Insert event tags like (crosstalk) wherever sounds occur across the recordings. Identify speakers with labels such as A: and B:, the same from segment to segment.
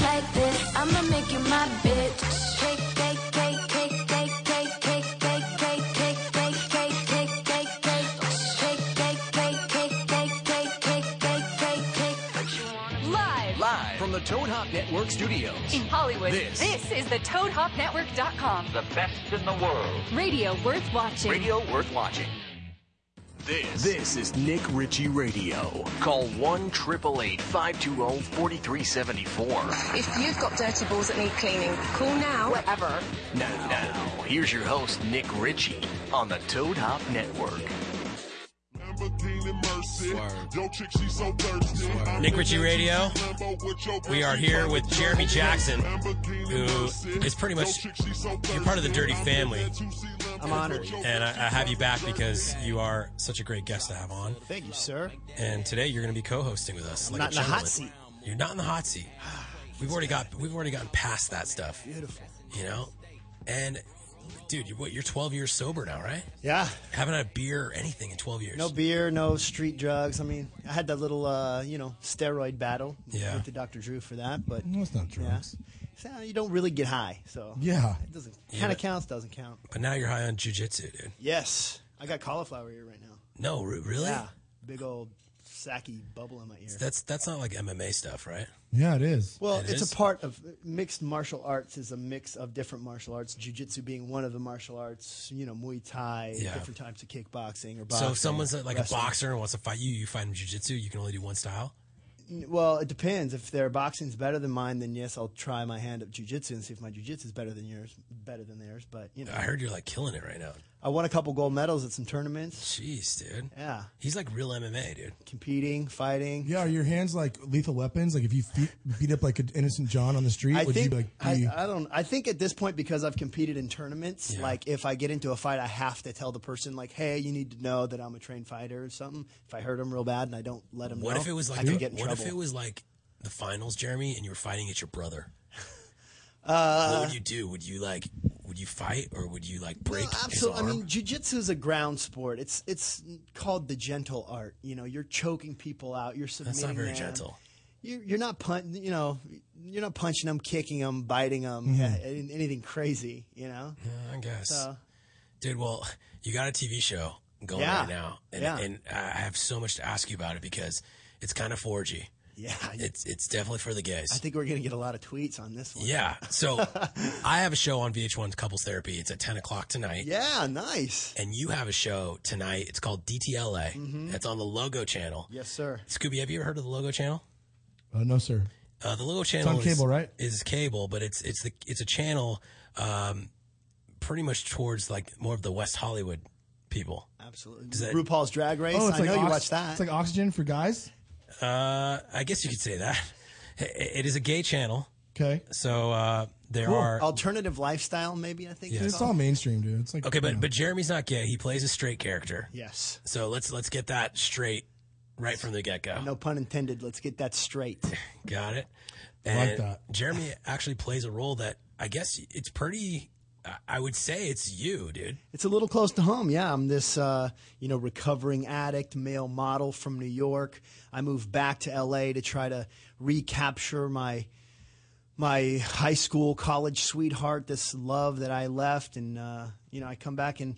A: like this. I'ma make you my bitch. Cake, cake, cake, cake, cake, cake, cake, cake, cake, cake, cake, cake, cake, cake, cake. Cake, cake, cake, cake, cake, cake, cake, cake, cake, cake.
B: Live
C: Live from the Toad Hop Network studios.
B: in Hollywood.
C: This.
B: is the ToadHopNetwork.com.
D: The best in the world.
B: Radio worth watching.
D: Radio worth watching.
C: This. This is Nick Ritchie Radio. Call 1 888 520 4374.
E: If you've got dirty balls that need cleaning, call now.
B: Whatever.
C: Now, now, here's your host, Nick Ritchie, on the Toad Hop Network.
F: Lamborghini Mercy. Yo, chick, she so thirsty. I'm
G: Nick
F: in
G: Ritchie
F: that
G: Radio.
F: Lambo with your
G: We are
F: bitch,
G: here
F: you
G: with
F: fucking
G: Jeremy
F: dirty.
G: Jackson,
F: Lamborghini
G: who
F: Mercy.
G: is pretty
F: Yo,
G: much-
F: chick, she so
G: you're part of the
F: thirsty.
G: dirty
F: I'm in
G: family.
F: that 2C Lambo
H: I'm honored.
F: with your
G: And I,
F: bitch, you
G: I have you back
F: fucking
G: because you are such a great guest to have on.
H: Thank you, sir.
G: And today you're going to be co-hosting with us. like
H: not
G: a
H: in the hot
G: gentleman. You're not in the hot
H: (sighs)
G: seat. We've already got we've already gotten past that stuff. Beautiful. You know, and dude, you, what? You're 12 years sober now, right?
H: Yeah.
G: Haven't had a beer or anything in 12 years.
H: No beer, no street drugs. I mean, I had that little, uh, you know, steroid battle.
G: Yeah.
H: Went to Dr. Drew for that, but
I: No, it's not
H: yeah.
I: drugs.
H: So you don't really get high, so
I: Yeah.
H: it doesn't kind of counts. Doesn't count.
G: But now you're high on jujitsu, dude.
H: Yes, I got cauliflower ear right now.
G: No, re- really?
H: Yeah, big old sacky bubble in my ear.
G: That's that's not like MMA stuff, right?
I: Yeah, it is.
H: Well,
G: It
H: it's
G: is?
H: a part of mixed martial arts is a mix of different martial arts, jujitsu being one of the martial arts, you know, Muay Thai,
G: Yeah.
H: different types of kickboxing or boxing.
G: So if someone's like
H: wrestling.
G: a boxer and wants to fight you, you fight him jujitsu. You can only do one style.
H: Well, it depends. If their boxing's better than mine, then yes, I'll try my hand at jujitsu and see if my jujitsu's better than yours, better than theirs. But you know,
G: I heard you're like killing it right now.
H: I won a couple gold medals at some tournaments.
G: Jeez, dude.
H: Yeah,
G: He's like real MMA, dude.
H: competing, fighting.
I: Yeah, are your hands like lethal weapons? Like if you fe- beat up like an innocent John on the street,
H: I
I: would
H: think
I: you like be?
H: I, uh, I don't. I think at this point because I've competed in tournaments,
G: Yeah.
H: like if I get into a fight, I have to tell the person like, "Hey, you need to know that I'm a trained fighter or something." If I hurt them real bad and I don't let them
G: What
H: know,
G: if it was
H: I
G: like
H: could
G: a-
H: get in
G: what
H: trouble.
G: if it was like the finals, Jeremy, and you were fighting at your brother?
H: Uh,
G: what would you do? Would you like would you fight or would you like break his
H: absolutely.
G: arm?
H: I mean, jujitsu is a ground sport. It's it's called the gentle art. You know, you're choking people out. You're submitting.
G: That's not very
H: them.
G: gentle.
H: You're, you're not pun- You know, you're not punching them, kicking them, biting them, anything crazy. You know.
G: Mm-hmm. Yeah, I guess.
H: So-
G: Dude, well, you got a TV show going
H: Yeah.
G: right now, and,
H: Yeah.
G: and I have so much to ask you about it because it's kind of forgy.
H: Yeah.
G: It's it's definitely for the gays.
H: I think we're gonna get a lot of tweets on this one.
G: yeah. So
H: (laughs)
G: I have a show on VH1's Couples Therapy. It's at ten o'clock tonight.
H: Yeah. Nice. Mm-hmm.
G: And you have a show tonight. It's called DTLA. That's on the Logo Channel.
H: Yes, sir.
G: Scooby, have you ever heard of the Logo Channel?
I: Uh, no, sir.
G: Uh, the Logo Channel
I: on
G: is,
I: cable, right?
G: Is cable, but it's it's the it's a channel, um, pretty much towards like more of the West Hollywood people.
H: Absolutely.
G: that-
H: RuPaul's Drag Race. I know you
I: ox-
H: watch that.
I: Oh, It's like oxygen for guys.
G: Uh, I guess you could say that. (laughs) It it is a gay channel,
I: Okay,
G: so uh, there are
H: Alternative lifestyle, maybe I think.
G: Yeah.
H: it's
I: it's
H: called.
I: all mainstream, dude. It's like
G: okay,
I: you
G: but
I: know.
G: but Jeremy's not gay. He plays a straight character.
H: Yes.
G: So let's let's get that straight right from the get go.
H: No pun intended. Let's get that straight.
G: Got it.
I: like
G: And
I: that.
G: Jeremy actually plays a role that I guess it's pretty. I- I would say it's you, dude.
H: It's a little close to home. Yeah, I'm this, uh, you know, recovering addict, male model from New York. I moved back to LA to try to recapture my my high school, college sweetheart, this love that I left, and uh, you know, I come back and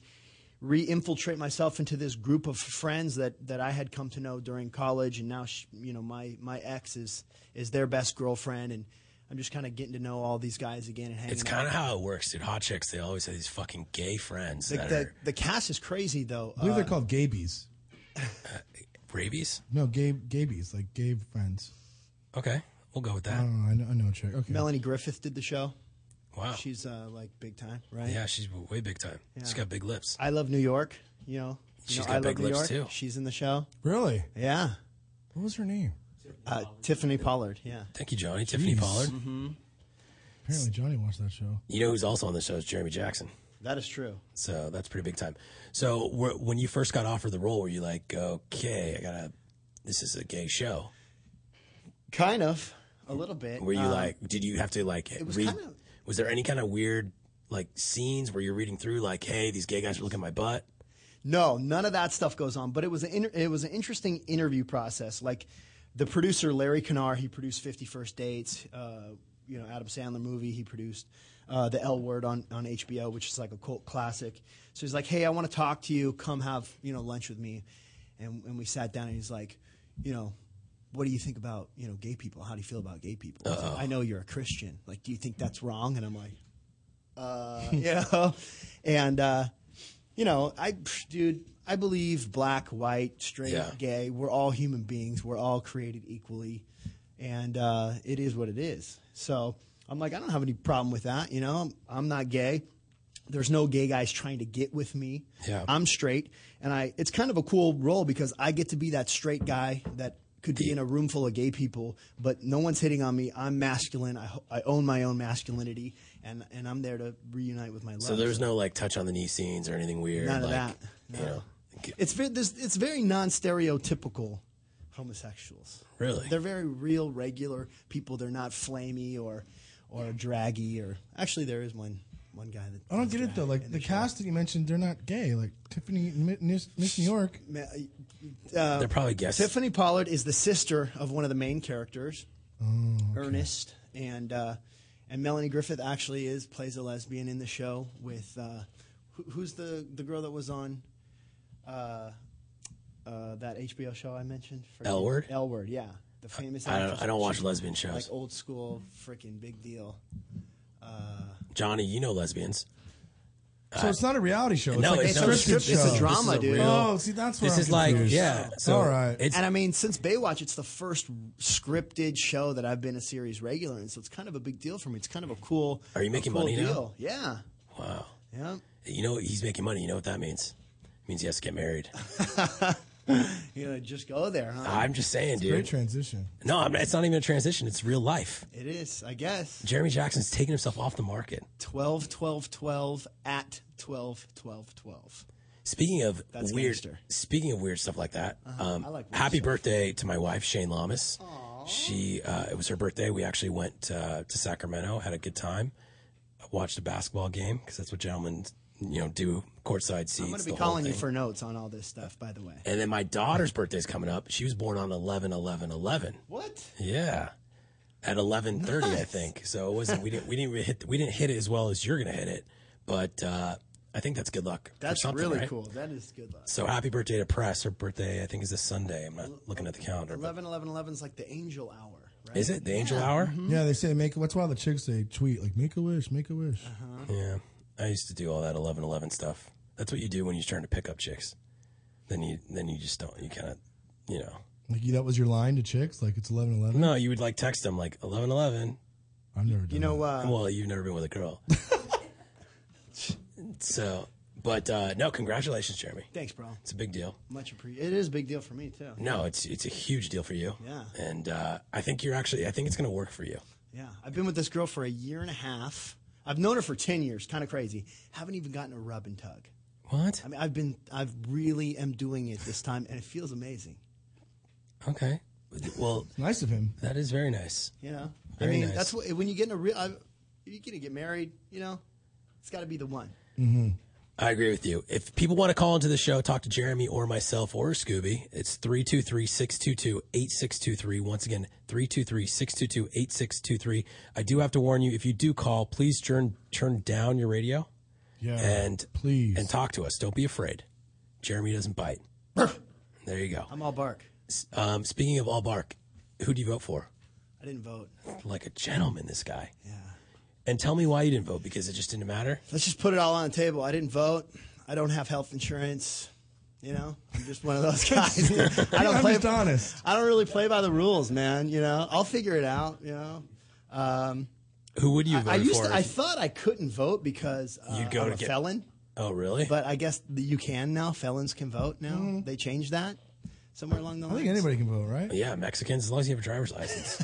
H: re-infiltrate myself into this group of friends that that I had come to know during college, and now sh you know, my my ex is is their best girlfriend, and I'm just kind of getting to know all these guys again and hanging.
G: It's
H: out.
G: kind of how it works, dude. Hot chicks, they always have these fucking gay friends
H: the,
G: that
H: the,
G: are
H: the cast is crazy though.
I: I believe
H: Uh,
I: they're called gabies.
G: uh, rabies.
I: No, gay gabies, like gay friends.
G: Okay, we'll go with
I: I
G: that.
I: don't know. I know. I know chick. Okay.
H: Melanie Griffith did the show.
G: Wow.
H: She's uh, like big time, right?
G: yeah, she's way big time. She's got big lips.
H: I love New York. You know, you
G: She's
H: know,
G: got
H: I love
G: big
H: New
G: lips,
H: York.
G: too.
H: She's in the show.
I: Really?
H: Yeah.
I: What was her name?
H: Uh, Tiffany Pollard. Yeah.
G: Thank you, Johnny. Tiffany Pollard.
H: Mm-hmm.
I: Apparently, Johnny watched that show.
G: You know who's also on the show is Jeremy Jackson.
H: That is true.
G: So that's pretty big time. So were, when you first got offered the role, were you like, okay, I gotta, this is a gay show?
H: Kind of. A little bit.
G: Were you
H: Um,
G: like, did you have to like
H: was
G: read?
H: kinda-
G: was there any kind of weird like scenes where you're reading through like, hey, these gay guys are looking at my butt?
H: No, none of that stuff goes on. But it was an inter- it was an interesting interview process. Like the producer Larry Kinnar, he produced Fifty First Dates. Uh, you know Adam Sandler movie he produced, uh, the L Word on on HBO, which is like a cult classic. So he's like, hey, I want to talk to you. Come have you know lunch with me, and and we sat down and he's like, you know. What do you think about you know gay people? How do you feel about gay people? He's like, I know you're a Christian. Like, do you think that's wrong? And I'm like, (laughs) you know, and uh, you know, I, psh, dude, I believe black, white, straight,
G: Yeah.
H: gay, we're all human beings. We're all created equally, and uh, it is what it is. So I'm like, I don't have any problem with that. You know, I'm, I'm not gay. There's no gay guys trying to get with me.
G: Yeah.
H: I'm straight, and I. It's kind of a cool role because I get to be that straight guy that could be in a room full of gay people, but no one's hitting on me. I'm masculine. I, ho- I own my own masculinity, and and I'm there to reunite with my love.
G: So there's no like touch on the knee scenes or anything weird.
H: none of
G: like,
H: that. No.
G: You know, g-
H: It's ve- this, it's very non-stereotypical homosexuals.
G: really.
H: They're very real, regular people. They're not flamey or or draggy or actually there is one one guy that
I: I don't
H: does
I: get it
H: drag
I: though. Like
H: in
I: the
H: show.
I: cast that you mentioned, they're not gay. Like Tiffany Mi- Miss, Miss New York.
H: Ma-
G: They're probably guests.
H: uh, Tiffany Pollard is the sister of one of the main characters,
G: Oh,
H: Ernest, and uh, and Melanie Griffith actually is plays a lesbian in the show with uh, who, who's the the girl that was on uh, uh, that HBO show I mentioned? Forget-
G: L Word?
H: L word, yeah, the famous.
G: I don't,
H: actress.
G: I don't watch
H: She's
G: lesbian shows.
H: Like old school, freaking big deal. Uh,
G: Johnny, you know lesbians. Uh,
I: So it's not a reality show. It's
G: No,
I: like
G: it's
I: a
G: not. It's
I: scripted
G: a-
I: show.
H: it's a drama,
G: This is a
H: dude.
G: real-
I: Oh, see, that's where
G: This
I: I'm
G: is like
I: confused.
G: yeah. So
I: All right.
G: It's
H: and I mean, since Baywatch, it's the first scripted show that I've been a series regular, in, so it's kind of a big deal for me. It's kind of a cool.
G: Are you
H: a
G: making
H: cool
G: money now?
H: deal. Yeah,
G: wow.
H: yeah,
G: You know he's making money. You know what that means? It means he has to get married.
H: Uh-huh. you know, just go there, huh?
G: I'm just saying,
I: Great
G: dude.
I: transition.
G: No, I'm, it's not even a transition. It's real life.
H: It is, I guess.
G: Jeremy Jackson's taking himself off the market.
H: 12, 12, 12, at 12, 12, 12.
G: Speaking of
H: That's
G: weird,
H: gangster. Uh-huh.
G: speaking of weird stuff like that, um,
H: I like weird
G: happy birthday to my wife Shane Lamas. She, uh, it was her birthday. We actually went uh, to Sacramento, had a good time, watched a basketball game because that's what gentlemen, you know, do courtside seats.
H: I'm going
G: the
H: to be
G: whole
H: calling you
G: thing.
H: for notes on all this stuff, by the way.
G: And then my daughter's birthday's coming up. She was born on 11 11 11.
H: What?
G: Yeah. At 11:30 I think. So it wasn't we didn't we didn't hit we didn't hit it as well as you're going to hit it, but uh, I think that's good luck. for
H: That's
G: something,
H: really
G: right?
H: cool. That is good luck.
G: So happy birthday to Press. Her birthday I think is this Sunday. I'm not looking at the calendar. But
H: 11, 11, 11 is like the angel hour, right?
G: is it the angel hour?
I: Yeah, they say make. That's why the chicks they tweet like make a wish, make a wish.
G: Yeah. I used to do all that 11:11 stuff. That's what you do when you're trying to pick up chicks. Then you then you just don't you kind of, you know.
I: Like that was your line to chicks. Like it's eleven eleven.
G: No, you would like text them like 11:11
I: I've never done.
H: You know, uh,
G: Well, you've never been with a girl. (laughs) so, but uh, no, congratulations, Jeremy.
H: thanks, bro.
G: It's a big deal.
H: Much appreciated. It is a big deal for me, too.
G: No, it's it's a huge deal for you.
H: Yeah.
G: And uh, I think you're actually I think it's going to work for you.
H: Yeah. I've been with this girl for a year and a half. I've known her for 10 years. Kind of crazy. Haven't even gotten a rub and tug.
G: What?
H: I mean, I've been, I've really am doing it this time, and it feels amazing.
G: Okay. Well,
I: nice of him.
G: that is very nice.
H: You know,
G: Very
H: I mean,
G: nice.
H: that's what when you get in a real, I, you're gonna get married. You know, it's got to be the one.
I: Mm-hmm.
G: I agree with you. If people want to call into the show, talk to Jeremy or myself or Scooby, it's 323 622 8623. Once again, 323 622 8623. I do have to warn you if you do call, please turn, turn down your radio.
I: Yeah.
G: and
I: please.
G: and talk to us. Don't be afraid. Jeremy doesn't
I: (laughs)
G: bite. there you go.
H: I'm all bark.
G: Um, speaking of all bark, who do you vote for?
H: I didn't vote.
G: Like a gentleman, this guy.
H: Yeah.
G: And tell me why you didn't vote because it just didn't matter.
H: Let's just put it all on the table. I didn't vote. I don't have health insurance. You know, I'm just one of
I: (laughs)
H: those guys. that- I don't
I: I'm
H: play.
I: just (laughs) honest.
H: I don't really play by the rules, man. You know, I'll figure it out. You know, um,
G: Who would you vote
H: I used.
G: for?
H: To, I thought I couldn't vote because uh,
G: You go
H: I'm
G: to
H: a
G: get-
H: felon.
G: oh, really?
H: But I guess th- you can now. Felons can vote now. They changed that somewhere along the
I: Mm-hmm. I
H: line.
I: think anybody can vote, right?
G: yeah, Mexicans, as long as you have a driver's license.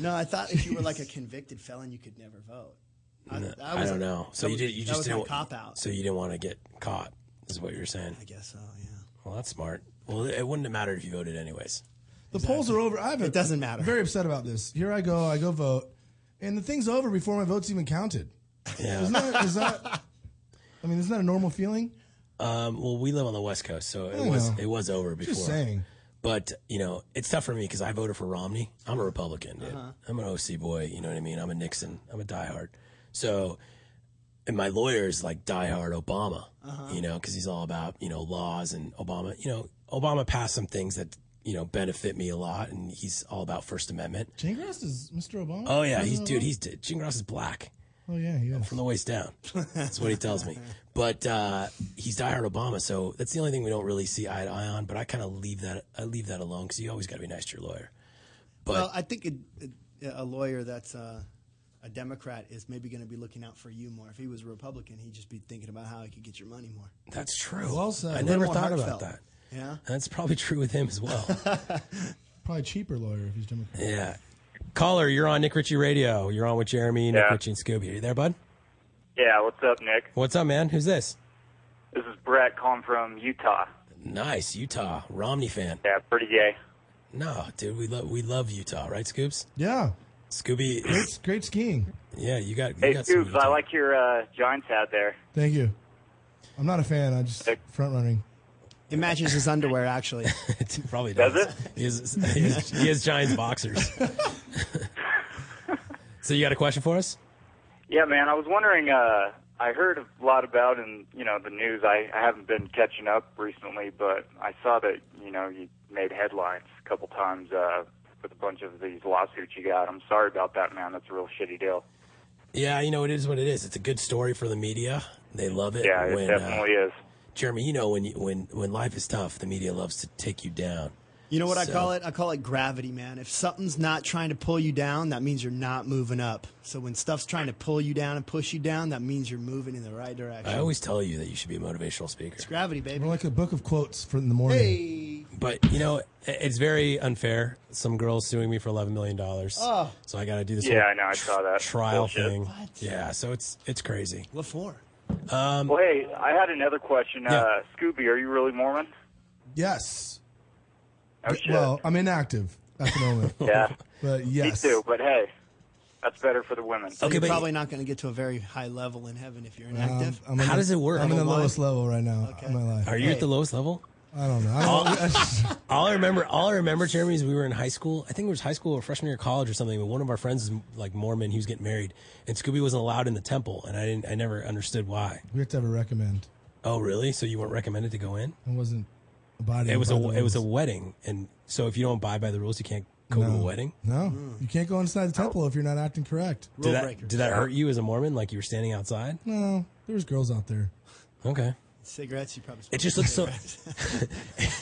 H: No, I thought if you were like a convicted felon, you could never vote. (laughs) I, that
G: I
H: was-
G: don't know. So
H: that
G: you
H: was-
G: did. You
H: that
G: just
H: was
G: didn't
H: my cop out.
G: So you didn't want to get caught. Is what you're saying.
H: I guess so. Yeah.
G: Well, that's smart. Well, it wouldn't have mattered if you voted anyways.
I: The polls are over. I have
H: It doesn't matter.
I: Very upset about this. Here I go. I go vote, and the thing's over before my vote's even counted.
G: Yeah.
I: Isn't that, is that? I mean, isn't that a normal feeling?
G: um, well, we live on the West Coast, so it
I: I
G: was
I: know.
G: it was over before.
I: Just saying.
G: But you know, it's tough for me because I voted for Romney. I'm a Republican. Dude.
I: Uh-huh.
G: I'm an OC boy. You know what I mean? I'm a Nixon. I'm a diehard. So, and my lawyer's like diehard Obama.
I: Uh-huh.
H: Uh-huh.
G: You know, because he's all about you know laws and Obama. You know, Obama passed some things that you know benefit me a lot, and he's all about First Amendment.
I: Jane Grass Uh-huh. is Mr. Obama.
G: Oh yeah, he's dude. He's Jim Ross is black
I: Oh yeah, he is.
G: from the waist down. That's what he tells me. But uh, he's diehard Obama, so that's the only thing we don't really see eye to eye on. But I kind of leave that I leave that alone because you always got to be nice to your lawyer. But
H: Well, I think it, it, a lawyer that's uh, a Democrat is maybe going to be looking out for you more. If he was a Republican, he'd just be thinking about how he could get your money more.
G: that's true.
I: Well said.
G: I
I: A
G: never
H: little more
G: thought about
H: heartfelt.
G: that.
H: Yeah.
G: And that's probably true with him as well.
I: (laughs) Probably cheaper lawyer if
G: (laughs)
I: he's Democrat.
G: yeah. Caller, you're on Nick Ritchie Radio. You're on with Jeremy, Nick
J: Yeah.
G: Ritchie, and Scooby. Are you there, bud?
J: Yeah, what's up, Nick?
G: What's up, man? Who's this?
J: This is Brett calling from Utah.
G: Nice, Utah Romney fan.
J: Yeah, pretty gay.
G: No, dude, we love we love Utah, right, Scoops?
I: Yeah,
G: Scooby,
I: great, great skiing.
G: yeah, you got. You
J: Hey,
G: got some
J: Scoops, I
G: Utah.
J: like your uh, Giants hat there.
I: Thank you. I'm not a fan. I just front running.
H: It matches his underwear,
G: (laughs)
H: actually.
G: It probably does.
J: Does
G: He is, he is, he is Giants boxers. (laughs) so you got a question for us?
J: Yeah, man, I was wondering. Uh, I heard a lot about in you know the news. I, I haven't been catching up recently, but I saw that you know you made headlines a couple times uh, with a bunch of these lawsuits you got. I'm sorry about that, man. That's a real shitty deal.
G: Yeah, you know it is what it is. It's a good story for the media. They love it.
J: Yeah, it
G: when, uh,
J: definitely is.
G: Jeremy, you know when you, when when life is tough, the media loves to take you down.
H: You know what
G: So-
H: I call it? I call it gravity, man. If something's not trying to pull you down, that means you're not moving up. So when stuff's trying to pull you down and push you down, that means you're moving in the right direction.
G: I always tell you that you should be a motivational speaker.
H: gravity, baby.
I: We're like a book of quotes for in the morning.
H: Hey.
G: But you know, i- it's very unfair. Some girl's suing me for eleven million dollars.
H: Oh.
G: So I got to do this.
J: Yeah,
G: whole
J: I know, I
G: tr-
J: saw that
G: trial
J: bullshit.
G: thing.
H: What?
G: Yeah, so it's it's crazy.
H: What for?
J: Well, hey, I had another question.
G: Um, Yeah.
J: Uh, Scooby, are you really Mormon?
I: Yes.
H: Oh,
J: No shit.
I: Well, I'm inactive at the
H: (laughs)
I: moment, (laughs) Um,
J: yeah,
I: but yes.
J: me too. But hey, that's better for the women.
G: Okay,
H: you're
G: but-
H: probably not going to get to a very high level in heaven if you're
I: Um,
H: inactive.
I: I'm in
G: How
I: the-
G: does it work?
I: I'm in the
H: Level
I: lowest
H: one?
I: level right now
H: Okay.
I: in my life.
G: Are you at the lowest level? Oh.
I: I don't know. (laughs) I don't, I just-
G: All I remember, all I remember, Jeremy, is we were in high school. I think it was high school or freshman year of college or something. But one of our friends is like Mormon. He was getting married, and Scooby wasn't allowed in the temple, and I didn't. I never understood why.
I: we have to have a recommend.
G: Oh, really? So you weren't recommended to go in?
I: It wasn't a body.
G: It was a
I: by the
G: it was a
I: rules.
G: wedding, and so if you don't abide by the rules, you can't go to
I: No.
G: a wedding.
I: No,
H: Hmm.
I: you can't go inside the
G: Oh.
I: temple if you're not acting correct.
G: Did
H: Rule
G: that,
H: breaker.
G: did that hurt you as a Mormon? Like you were standing outside?
I: No, there was girls out there.
G: Okay.
H: Cigarettes, you probably.
G: It just looks so. (laughs)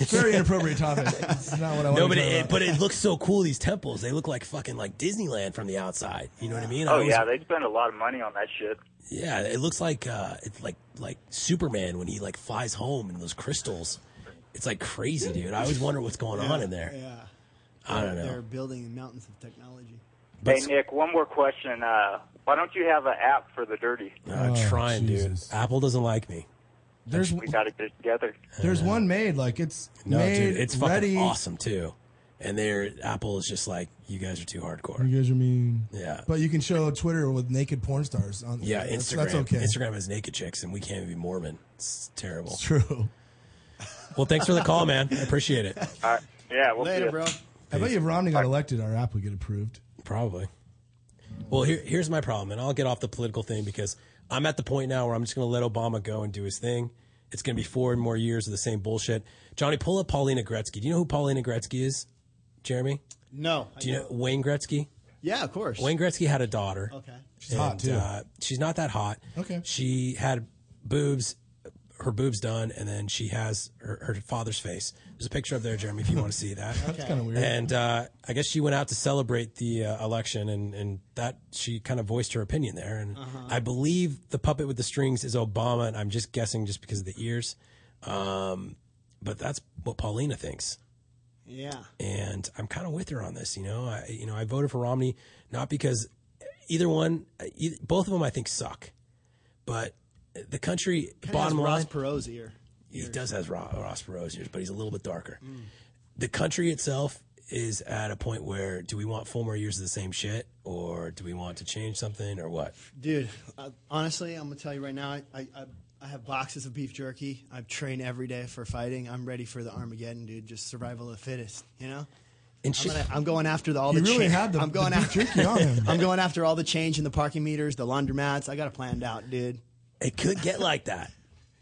I: Very inappropriate topic. It's not what I want
G: No,
I: to
G: but
I: talk
G: it,
I: about.
G: but it looks so cool. These temples, they look like fucking like Disneyland from the outside. You know what I mean? I
J: Oh
G: always-
J: yeah, they spend a lot of money on that shit.
G: Yeah, it looks like uh, it's like like Superman when he like flies home in those crystals. It's like crazy, dude. I always wonder what's going on in there. Uh,
H: Yeah.
G: I don't know.
H: They're building mountains of technology.
G: But
J: hey, Nick, one more question. Uh, why don't you have an app for the dirty?
G: I'm
I: Oh,
G: trying,
I: Jesus.
G: dude. Apple doesn't like me.
I: there's
J: We got to get it together.
I: there's one made like it's
G: No,
I: made
G: dude, it's fucking
I: ready.
G: awesome too. And their Apple is just like, you guys are too hardcore.
I: You guys are mean.
G: Yeah.
I: But you can show Twitter with naked porn stars on.
G: Yeah,
I: that's-
G: Instagram.
I: That's okay.
G: Instagram has naked chicks, and we can't even be Mormon. It's terrible.
I: It's true.
G: Well, thanks for the call, man. I appreciate it.
J: All right. Yeah, we'll see
H: Later,
J: ya.
H: bro.
I: I bet you if Romney got elected, our app would get approved.
G: Probably. Well, here, here's my problem, and I'll get off the political thing because I'm at the point now where I'm just going to let Obama go and do his thing. It's going to be four and more years of the same bullshit. Johnny, pull up Paulina Gretzky. Do you know who Paulina Gretzky is, Jeremy?
H: No. I
G: Do you know Wayne Gretzky?
H: Yeah, of course.
G: Wayne Gretzky had a daughter.
H: Okay.
I: She's hot
G: And,
I: too.
G: Uh, she's not that hot.
I: Okay.
G: She had boobs, her boobs done, and then she has her, her father's face. There's a picture up there, Jeremy, if you want to see that.
I: (laughs) That's kind of weird.
G: And uh, I guess she went out to celebrate the uh, election, and, and that she kind of voiced her opinion there. And
H: Uh-huh.
G: I believe the puppet with the strings is Obama, and I'm just guessing just because of the ears. Um, but that's what Paulina thinks
H: Yeah.
G: and I'm kind of with her on this. You know, I you know I voted for Romney not because either one, e- both of them I think suck, but the country bottom
H: Bottom
G: line
H: Ross Perot's ear.
G: he does has Ro- Ross Perot's ears, but he's a little bit darker.
K: Mm.
G: The country itself is at a point where do we want four more years of the same shit, or do we want to change something, or what?
H: Dude, uh, honestly, I'm gonna tell you right now. I, I, I I have boxes of beef jerky. I train every day for fighting. I'm ready for the Armageddon, dude. Just survival of the fittest, you know.
G: And
H: I'm,
G: she-
H: gonna- I'm going after the all
G: You
H: the.
G: really
H: cha-
G: had the-
H: I'm going
G: the beef
H: after.
G: jerky on him.
H: (laughs) I'm going after all the change in the parking meters, the laundromats. I got it planned out, dude.
G: It could get like
H: (laughs)
G: that.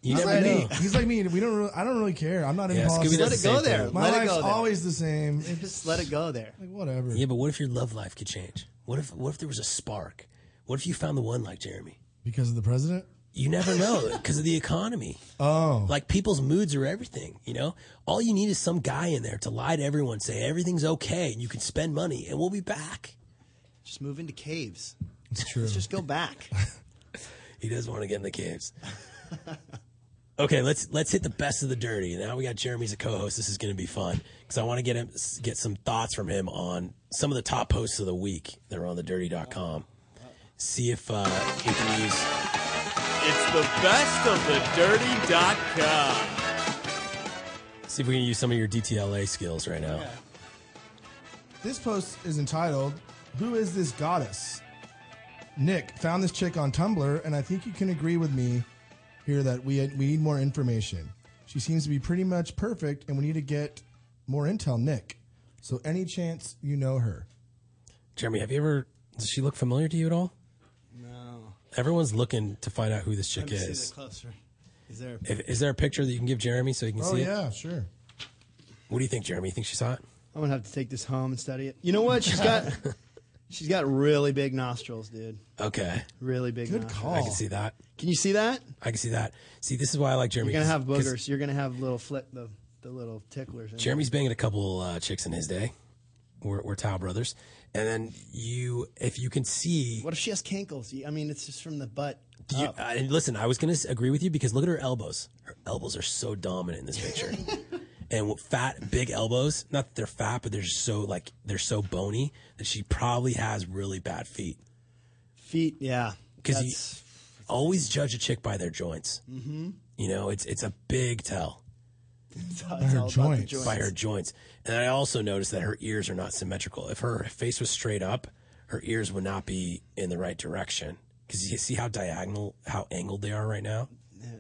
G: You
I: he's
G: never
I: like
G: know.
I: me. He's like me. We don't. Really, I don't really care. I'm not in
G: Yeah, Scooby
I: politics.
G: does the Let it go same there. thing.
I: My
G: Let it
I: life's
G: go there.
I: (laughs) always the same. It
H: just let it go there.
I: Like whatever.
G: Yeah, but what if your love life could change? What if what if there was a spark? What if you found the one like Jeremy?
I: Because of the president.
G: You never know because of the economy.
I: Oh,
G: Like people's moods are everything, you know? All you need is some guy in there to lie to everyone, say everything's okay and you can spend money and we'll be back.
H: Just move into caves.
I: It's true.
H: Let's just
G: (laughs)
H: go back.
G: He does want to get in the caves. Okay, let's let's hit the best of the dirty. Now we got Jeremy as a co-host. This is going to be fun because I want to get him get some thoughts from him on some of the top posts of the week that are on thedirty.com. See if uh, we can use
L: It's the best of the dirty.com.
G: see if we can use some of your DTLA skills right now.
I: This post is entitled "Who is this goddess?" Nick found this chick on Tumblr, and I think you can agree with me here that we we need more information. She seems to be pretty much perfect, and we need to get more intel, Nick. So any chance you know her?
G: Jeremy, have you ever does she look familiar to you at all?
H: No.
G: Everyone's looking to find out who this
H: Let
G: chick
H: me see
G: is.
H: that closer. Is there?
G: If, is there a picture that you can give Jeremy so he can
I: Oh
G: see it?
I: yeah, sure.
G: What do you think, Jeremy? You think she's hot?
H: I'm gonna have to take this home and study it. You know what?
G: (laughs)
H: She's got. she's got really big nostrils, dude.
G: Okay.
H: Really big.
G: Good
H: nostrils.
G: call. I can see that.
H: Can you see that?
G: I can see that. See, this is why I like Jeremy.
H: You're gonna
G: 'cause-
H: have
G: 'cause
H: boogers. You're gonna have little flit the the little ticklers. in
G: Jeremy's banging a couple uh, chicks in his day. We're, we're Tao brothers, and then you, if you can see,
H: there. What if she has cankles? You- I mean, it's just from the butt.
G: do you, uh, and listen, I was going to agree with you because look at her elbows. Her elbows are so dominant in this
H: (laughs)
G: picture, and with fat, big elbows. Not that they're fat, but they're just so like they're so bony that she probably has really bad feet.
H: Feet, yeah.
G: Because you always judge a chick by their joints.
H: Mm-hmm.
G: You know, it's it's a big tell.
H: By her all about the joints. joints.
G: By her joints. And I also noticed that her ears are not symmetrical. If her face was straight up, her ears would not be in the right direction. Because you see how diagonal, how angled they are right now?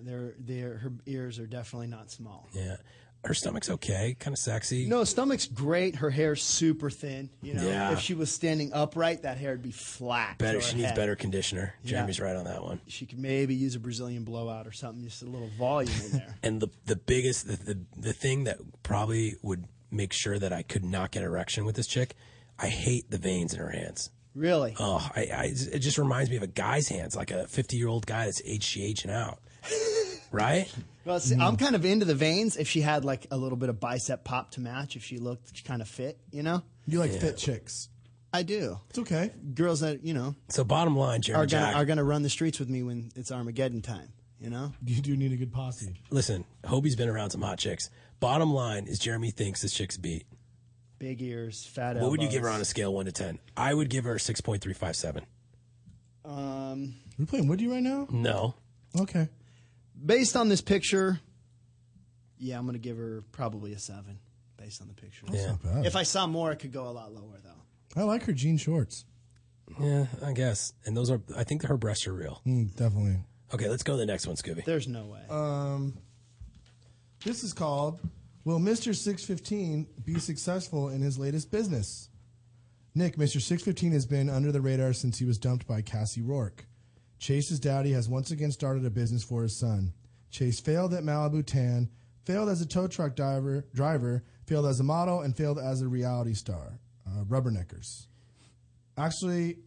H: They're, they're, her ears are definitely not small.
G: Yeah. Her stomach's okay, kind of sexy.
H: No, stomach's great. Her hair's super thin. You know,
G: Yeah.
H: if she was standing upright, that hair would be flat. to
G: better.
H: her
G: She needs
H: head.
G: better conditioner.
H: Yeah.
G: Jeremy's right on that one.
H: She could maybe use a Brazilian blowout or something, just a little volume in there. (laughs)
G: And the the biggest the, the the thing that probably would make sure that I could not get erection with this chick, I hate the veins in her hands.
H: Really?
G: Oh, I, I it just reminds me of a guy's hands, like a fifty year old guy that's HGH and out, (laughs) right?
H: Well, see,
G: Mm-hmm.
H: I'm kind of into the veins. If she had like a little bit of bicep pop to match, if she looked kind of fit, you know.
I: You like fit chicks?
H: I do.
I: It's okay.
H: Girls that you know
G: So bottom line, Jeremy
H: are gonna
G: Jack,
H: are gonna run the streets with me when it's Armageddon time. You know.
I: You do need a good posse.
G: listen, Hobie's been around some hot chicks. Bottom line is Jeremy thinks this chick's beat.
H: Big ears, fat.
G: What would you give her on a
H: elbows.
G: scale one to ten? I would give her six point three five seven.
H: Um,
I: We're playing Woody right now.
G: No,
I: Okay.
H: based on this picture, yeah, I'm gonna give her probably a seven, based on the picture.
I: That's not bad.
H: If I saw more, it could go a lot lower though.
I: I like her jean shorts.
G: yeah, I guess. And those are, I think her breasts are real.
I: Mm, definitely.
G: Okay, let's go to the next one, Scooby.
H: There's no way.
I: Um, this is called Will Mr. 615 be successful in his latest business? Nick, Mr. 615 has been under the radar since he was dumped by Cassie Rourke. Chase's daddy has once again started a business for his son. Chase failed at Malibu Tan, failed as a tow truck diver, driver, failed as a model, and failed as a reality star. Uh, rubberneckers. Actually,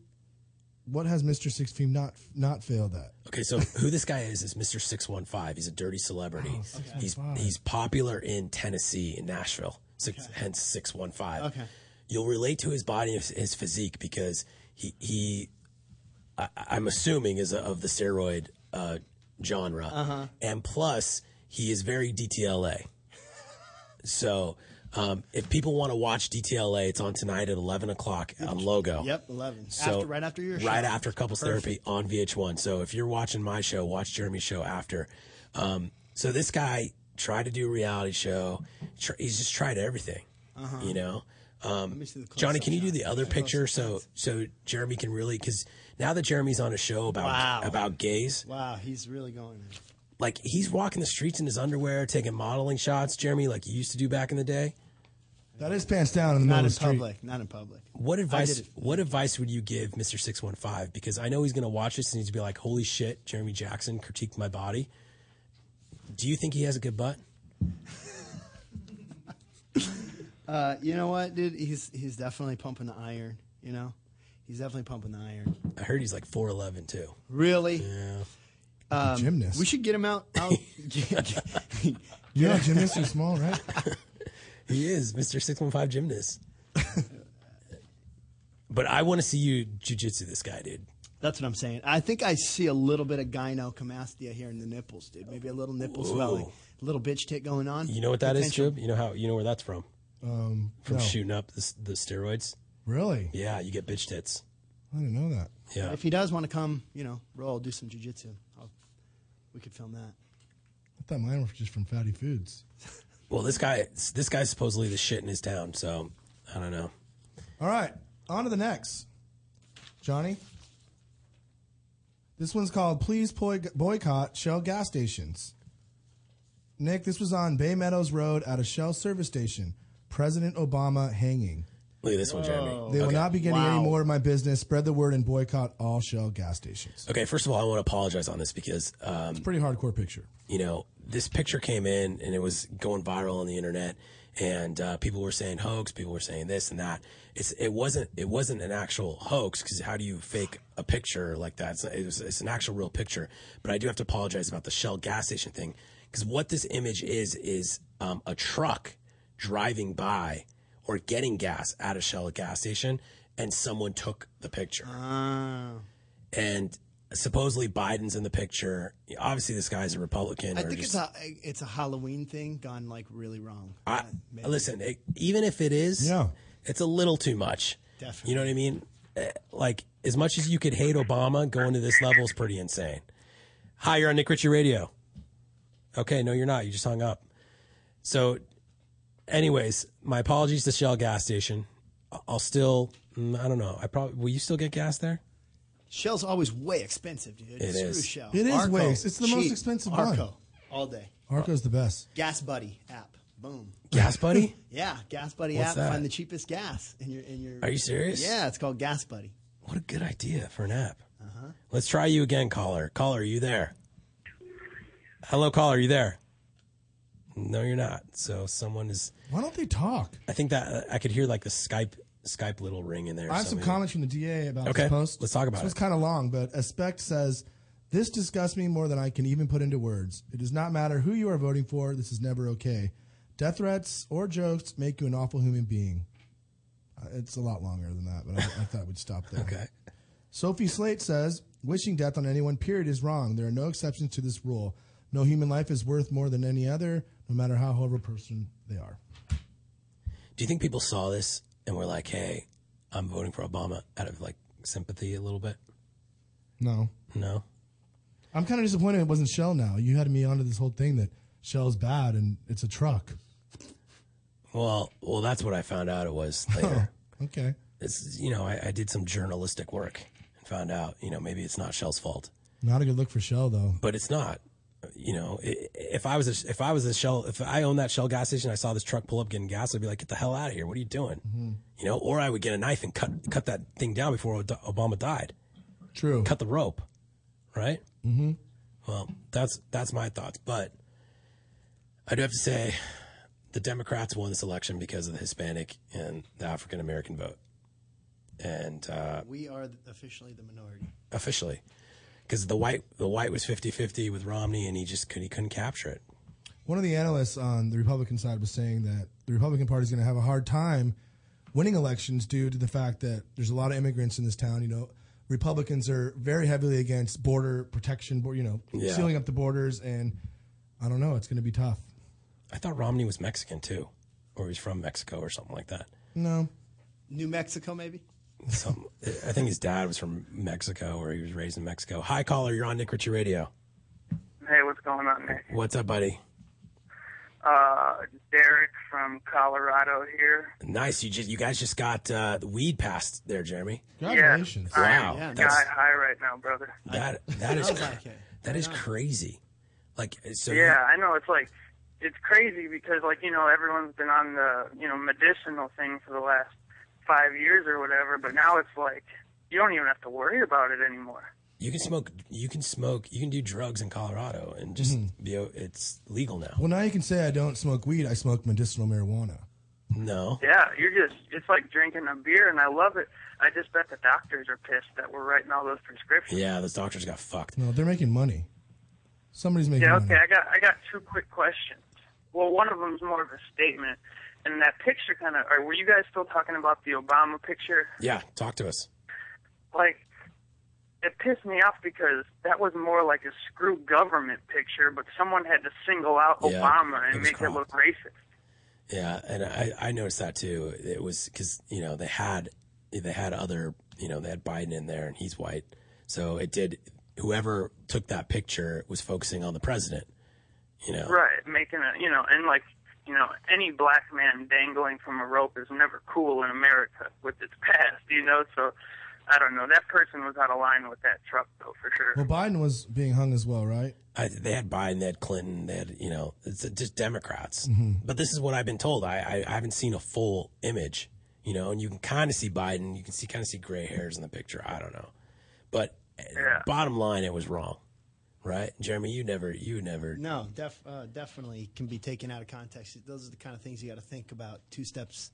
I: what has Mr. 615 not not failed at?
G: Okay, so who this guy is is Mr. Six One Five. He's a dirty celebrity.
H: Oh,
G: he's he's popular in Tennessee in Nashville. Six, hence Six One Five.
H: Okay.
G: You'll relate to his body and his physique because he he I, I'm assuming is of the steroid uh, genre,
H: Uh-huh.
G: and plus he is very DTLA. so. Um, if people want to watch DTLA, it's on tonight at 11 o'clock on Logo.
H: Yep, eleven.
G: So
H: after, right after your show.
G: right after couples
H: Perfect.
G: therapy on VH1. So if you're watching my show, watch Jeremy's show after. Um, so this guy tried to do a reality show. Tr- he's just tried everything,
H: Uh-huh.
G: you know. Um,
H: me see the close-up
G: Johnny, can you do
H: shot.
G: the other picture so so Jeremy can really because now that Jeremy's on a show about
H: Wow.
G: about gays,
H: Wow, he's really going. in.
G: Like he's walking the streets in his underwear, taking modeling shots, Jeremy, like you used to do back in the day.
I: That is pants down in the
G: Not
I: middle
G: in
I: of the street.
H: Public, not in public.
G: What
H: I
G: advice?
H: did it.
G: What advice would you give Mister Six One Five? Because I know he's going to watch this and he's going to be like, "Holy shit, Jeremy Jackson critiqued my body." Do you think he has a good butt?
H: Uh, you know what, dude? He's he's definitely pumping the iron. You know, he's definitely pumping the iron.
G: I heard he's like four eleven too.
H: Really?
G: Yeah.
H: Um,
G: Gymnast.
I: (laughs)
H: We should get him out. out
G: (laughs)
H: (laughs)
I: You know, gymnasts are small, right?
G: He is Mr. 615 Gymnast. (laughs) but I want to see you jujitsu this guy, dude.
H: That's what I'm saying. I think I see a little bit of gynecomastia here in the nipples, dude. Maybe a little nipple
G: Ooh.
H: swelling, a little bitch tit going on.
G: You know what that is,
H: Potential.
G: Jib? You know how you know where that's from?
I: Um,
G: From
I: no.
G: shooting up the, s- the steroids.
I: Really?
G: Yeah, you get bitch tits.
I: I didn't know that.
G: Yeah.
H: If he does want to come, you know, roll, do some jujitsu. I'll- We could film that.
I: I thought mine were just from fatty foods.
G: Well, this guy, this guy's supposedly the shit in his town. So I don't know.
I: All right, on to the next. Johnny? This one's called Please Poi- Boycott Shell Gas Stations. Nick, this was on Bay Meadows Road at a Shell service station. President Obama hanging.
G: Look at this one, Jeremy.
I: They will
G: Okay.
I: not be getting any more of my business. Spread the word and boycott all Shell gas stations.
G: Okay, first of all, I want to apologize on this because um,
I: Pretty hardcore picture.
G: you know, this picture came in and it was going viral on the internet, and uh, people were saying hoax, people were saying this and that. It's it wasn't it wasn't an actual hoax because how do you fake a picture like that? It's, it was, it's an actual real picture. But I do have to apologize about the Shell gas station thing because what this image is is um, a truck driving by or getting gas at a Shell gas station, and someone took the picture
H: Ah.
G: and supposedly Biden's in the picture. Obviously, this guy's a Republican.
H: I
G: or
H: think
G: just,
H: it's a it's a Halloween thing gone like really wrong.
G: I- listen. It, even if it is,
I: Yeah.
G: it's a little too much.
H: Definitely.
G: You know what I mean? Eh, Like as much as you could hate Obama, going to this level is pretty insane. Hi, you're on Nick Ritchie Radio. Okay, no, you're not. You just hung up. So, anyways, my apologies to Shell gas station. I- I'll still, mm, I don't know. I probably will you still get gas there?
H: Shell's always way expensive, dude.
G: It
H: Screw
G: is.
H: Shell.
I: It is
H: Arco,
I: way- it's the most
H: cheap.
I: expensive
H: Arco,
I: one.
H: all day.
I: Arco's the best.
H: Gas Buddy app. Boom.
G: Gas buddy.
H: (laughs) Yeah, Gas Buddy
G: What's
H: app.
G: that?
H: Find the cheapest gas in your in your.
G: Are you serious?
H: Yeah, it's called Gas Buddy. Uh-huh.
G: What a good idea for an app. Let's try you again, caller. Caller, are you there? Hello, caller, are you there? No, you're not. So someone is.
I: Why don't they talk?
G: I think that uh, I could hear like the Skype Skype little ring in there.
I: I have some
G: Somebody-
I: comments from the DA about
G: Okay,
I: this post.
G: let's talk about
I: This was
G: it.
I: kind of long, but Aspect says, This disgusts me more than I can even put into words. It does not matter who you are voting for. This is never okay. Death threats or jokes make you an awful human being. Uh, It's a lot longer than that, but I, I thought we'd stop there.
G: Okay.
I: Sophie Slate says, Wishing death on anyone, period, is wrong. There are no exceptions to this rule. No human life is worth more than any other, no matter how horrible person they are.
G: Do you think people saw this and were like, "Hey, I'm voting for Obama" out of like sympathy a little bit?
I: No.
G: No.
I: I'm kind of disappointed it wasn't Shell now. You had me onto this whole thing that Shell's bad and it's a truck.
G: Well, well, that's what I found out. It was
I: (laughs)
G: later.
I: Okay.
G: it's you know I, I did some journalistic work and found out you know maybe it's not Shell's fault.
I: Not a good look for Shell, though.
G: but it's not. You know, i- if I was a, if I was a shell, if I owned that Shell gas station, I saw this truck pull up getting gas, I'd be like, "Get the hell out of here! What are you doing?"
I: Mm-hmm.
G: You know, or I would get a knife and cut cut that thing down before Od- Obama died.
I: True.
G: Cut the rope, right?
I: Mm-hmm.
G: Well, that's that's my thoughts, but I do have to say, the Democrats won this election because of the Hispanic and the African American vote, and uh,
H: We are th- officially the minority.
G: officially, because the white the white was 50-50 with Romney, and he just could he couldn't capture it.
I: One of the analysts on the Republican side was saying that the Republican Party is going to have a hard time winning elections due to the fact that there's a lot of immigrants in this town. You know, Republicans are very heavily against border protection, bor- you know,
G: Yeah.
I: sealing up the borders. And I don't know, it's going to be tough.
G: I thought Romney was Mexican too, or he's from Mexico or something like that.
I: No.
H: New Mexico, maybe.
G: Some, I think his dad was from Mexico or he was raised in Mexico. Hi, caller, you're on Nick Ritchie Radio.
K: Hey, what's going on, Nick?
G: What's up, buddy?
K: Uh, Derek from Colorado here.
G: Nice. You just you guys just got uh, the weed passed there, Jeremy.
K: Congratulations.
G: Wow.
K: I'm
G: That's,
K: (laughs) sky high right now, brother.
G: that that is
K: Sounds
G: cra-
K: like
G: that is crazy. Like so. you-
K: yeah, I know. It's like it's crazy because like you know everyone's been on the you know medicinal thing for the last five years or whatever, but now it's like you don't even have to worry about it anymore.
G: You can smoke. You can smoke. You can do drugs in Colorado and just
K: Mm-hmm.
G: be. o- It's legal now.
I: Well, now you can say I don't smoke weed. I smoke medicinal marijuana.
G: No.
K: Yeah, you're just it's like drinking a beer, and I love it. I just bet the doctors are pissed that we're writing all those prescriptions.
G: Yeah, those doctors got fucked.
I: No, they're making money. Somebody's making
K: Yeah,
I: money.
K: okay. I got I got two quick questions. Well, one of them's more of a statement, and that picture kind of. Or were you guys still talking about the Obama picture?
G: Yeah, talk to us.
K: Like, it pissed me off because that was more like a screw government picture, but someone had to single out
G: Yeah,
K: Obama
G: it
K: and
G: was
K: make it look racist.
G: Yeah, and I, I noticed that too. It was because you know they had they had other you know they had Biden in there and he's white, so it did. Whoever took that picture was focusing on the president. You know.
K: Right, making a you know, and like you know, any black man dangling from a rope is never cool in America with its past, you know. So I don't know. That person was out of line with that truck though, for sure.
I: Well, Biden was being hung as well, right?
G: I, they had Biden, they had Clinton, they had you know it's just Democrats.
I: Mhm.
G: But this is what I've been told. I, I I haven't seen a full image, you know, and you can kind of see Biden, you can see kind of see gray hairs in the picture. I don't know, but eh, bottom line, it was wrong, right? Jeremy, you never, you never.
H: No, def, uh, definitely can be taken out of context. Those are the kind of things you got to think about two steps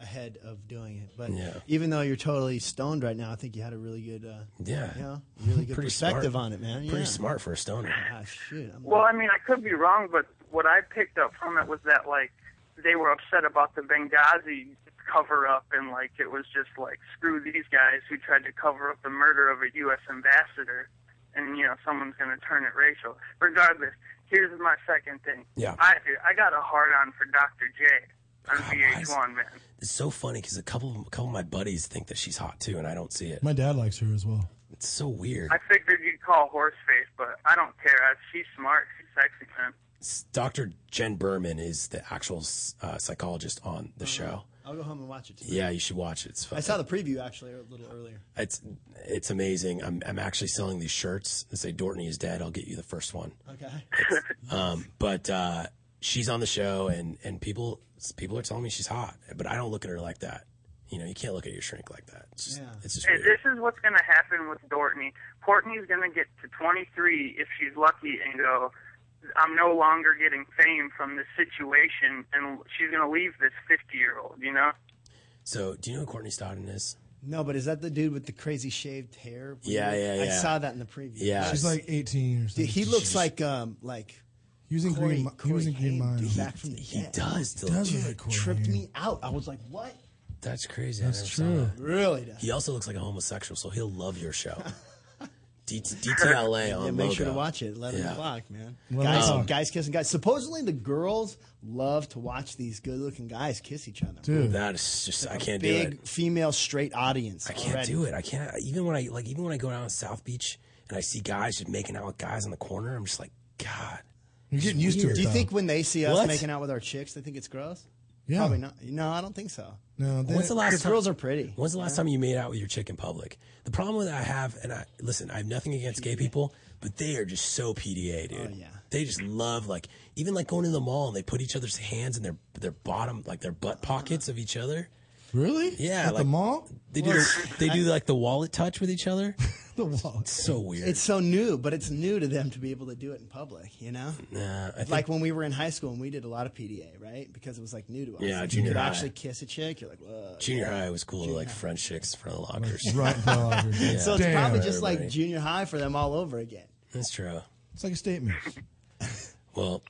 H: ahead of doing it. But
G: Yeah.
H: even though you're totally stoned right now, I think you had a really good, uh,
G: Yeah.
H: you know, really good
G: Pretty
H: perspective
G: smart.
H: on it, man.
G: Pretty
H: Yeah.
G: smart for a stoner.
H: Ah, shit, I'm-
K: Well, I mean, I could be wrong, but what I picked up from it was that like they were upset about the Benghazi cover up and like it was just like screw these guys who tried to cover up the murder of a US ambassador and you know someone's going to turn it racial. Regardless, here's my second thing.
G: Yeah.
K: I I got a hard on for Dr. J on VH1, man.
G: It's so funny because a couple, a couple of my buddies think that she's hot too, and I don't see it.
I: My dad likes her as well.
G: It's so weird.
K: I figured you'd call horseface, but I don't care. I, she's smart, she's sexy, man.
G: Dr. Jen Berman is the actual uh, psychologist on the show.
H: I'll go home and watch it. Tonight.
G: Yeah, you should watch it. It's
H: I
G: fun.
H: saw the preview actually a little earlier.
G: It's it's amazing. I'm I'm actually selling these shirts that say Dortney is dead. I'll get you the first one.
H: Okay. (laughs)
G: Um, but uh, she's on the show, and and people people are telling me she's hot, but I don't look at her like that. You know, you can't look at your shrink like that. It's just, it's just
K: Hey,
G: weird.
K: this is what's going to happen with Dortney. Courtney's going to get to 23 if she's lucky and go, I'm no longer getting fame from this situation, and she's going to leave this 50 year old, you know?
G: So, do you know who Courtney Stodden is?
H: No, but is that the dude with the crazy shaved hair?
G: Yeah, yeah,
H: I
G: yeah.
H: saw that in the preview.
G: Yeah.
I: She's like 18 or something.
H: Dude, he looks like um like
I: he was in
H: Corey,
I: Green. Mi- he was in Green Mile.
H: back from the he
G: does
I: He does look like Corey
H: tripped
I: Haim.
H: me out. I was like, what?
G: That's crazy.
I: That's
G: I never saw
I: true.
G: that.
H: Really does.
G: He also looks like a homosexual, so he'll love your show.
H: (laughs)
G: D- DTLA on
H: yeah, make sure to
G: Logo.
H: watch it. Eleven
G: Yeah.
H: o'clock, man.
G: Well,
H: guys,
G: um,
H: guys kissing guys. Supposedly the girls love to watch these good-looking guys kiss each other.
G: Dude, that is just I can't do it.
H: Big female straight audience.
G: I can't do it. I can't. Even when I like, even when I go down to South Beach and I see guys just making out with guys in the corner, I'm just like, God.
I: You're getting used to it.
H: Do you
I: though.
H: think when they see us
G: What?
H: making out with our chicks, they think it's gross?
I: Yeah.
H: Probably not. No, I don't think so.
I: No.
G: When's the last
H: Because
G: time?
H: girls are pretty.
G: When's the last time you made out with your chick in public? The problem that I have, and I listen, I have nothing against gay people, but they are just so PDA,
I: Oh,
G: dude. yeah. They just love like even like going to the mall and they put each other's hands in their their bottom like their butt pockets of each other.
I: Really?
G: Yeah,
I: At the
G: like-
I: mall.
G: They do they do like the wallet touch with each other.
I: (laughs) the wallet.
G: It's so weird.
H: It's so new, but it's new to them to be able to do it in public, you know?
G: Nah, I think-
H: like when we were in high school and we did a lot of PDA, right? Because it was like new to us.
G: Yeah,
H: Like,
G: junior
H: You could
G: high.
H: actually kiss a chick. You're like, whoa.
G: Junior
H: yeah.
G: high was cool to like front chicks in front of lockers.
I: Right in front of
G: (laughs)
I: lockers.
G: Yeah.
H: So it's probably just like
G: Everybody.
H: junior high for them all over again.
G: That's true.
I: It's like a statement.
G: Well,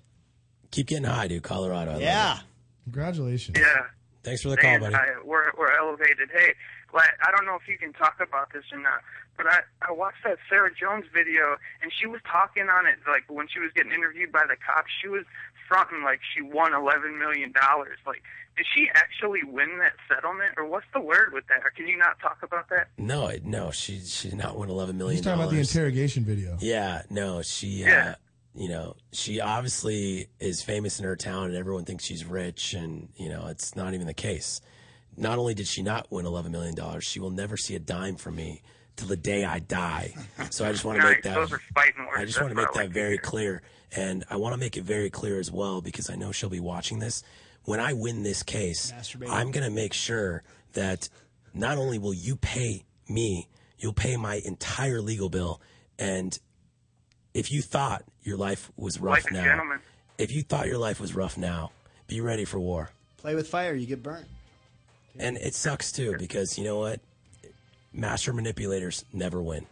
G: keep getting high, dude. Colorado. I love it.
I: Congratulations.
K: Yeah.
G: Thanks for the call,
K: Man,
G: buddy.
K: I, we're, we're elevated. Hey, like, I don't know if you can talk about this or not, but I, I watched that Sarah Jones video, and she was talking on it, like, when she was getting interviewed by the cops, she was fronting like she won $11 million. Like, did she actually win that settlement, or what's the word with that? Or can you not talk about that?
G: No, I- no, she she did not win eleven million.
I: He's talking about the interrogation video.
G: Yeah, no, she. Uh,
I: Yeah.
G: you know, she obviously is famous in her town, and everyone thinks she's rich, and you know, it's not even the case. Not only did she not win eleven million dollars, she will never see a dime from me till the day I die. So I just want to
K: Nice.
G: make that.
K: Those are fighting words.
G: I just want to
K: That's
G: make
K: what I
G: that very clear, and I want to make it very clear as well because I know she'll be watching this. When I win this case, I'm going to make sure that not only will you pay me, you'll pay my entire legal bill. And if you thought your life was rough
H: Like a
G: now,
H: gentleman.
G: if you thought your life was rough now, be ready for war.
H: Play with fire, you get burnt.
G: And it sucks too because you know what? Master manipulators never win.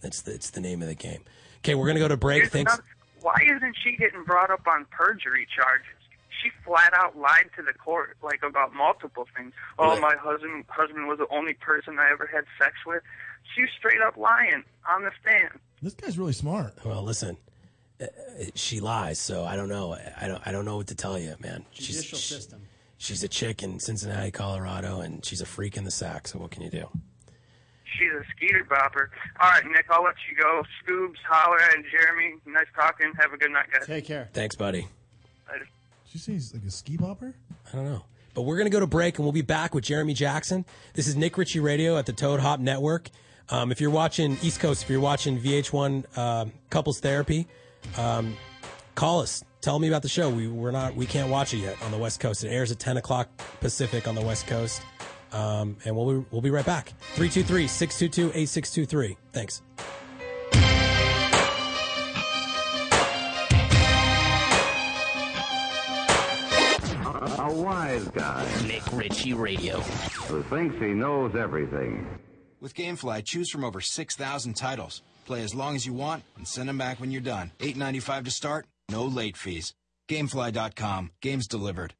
G: That's the, it's the name of the game. Okay, we're gonna go to break.
K: It's
G: Thanks.
K: nuts. Why isn't she getting brought up on perjury charges? She flat out lied to the court, like about multiple things. Oh,
M: Right.
K: my husband husband was the only person I ever had sex with. She's straight up lying on the stand.
G: This guy's really smart. Well, listen, uh, she lies, so I don't know. I don't. I don't know what to tell you, man.
H: Judicial
G: she's,
H: system.
G: She's a chick in Cincinnati, Colorado, and she's a freak in the sack. So what can you do?
K: She's a skeeter bopper. All right, Nick, I'll let you go. Scoobs, holler at Jeremy. Nice talking. Have a good night, guys.
H: Take care.
G: Thanks, buddy.
K: Later.
G: Did you say he's like a ski bopper? I don't know. But we're going to go to break and we'll be back with Jeremy Jackson. This is Nick Ritchie Radio at the Toad Hop Network. Um, if you're watching East Coast, if you're watching VH1 um Couples Therapy, um, call us. Tell me about the show. We we're not we can't watch it yet on the West Coast. It airs at 10 o'clock Pacific on the West Coast, um, and we'll be, we'll be right back. 323-622-8623. Thanks.
N: A wise guy. Nick Ritchie Radio. Who thinks he knows everything.
O: With GameFly, choose from over 6,000 titles. Play as long as you want and send them back when you're done. 8.95 to start, no late fees. GameFly.com. Games delivered.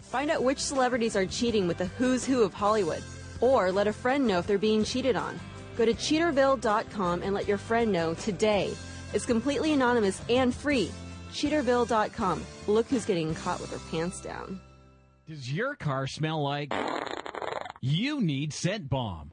P: Find out which celebrities are cheating with the who's who of Hollywood, or let a friend know if they're being cheated on. Go to cheaterville.com and let your friend know today. It's completely anonymous and free. Cheaterville.com. Look who's getting caught with her pants down.
Q: Does your car smell like? You need scent bomb.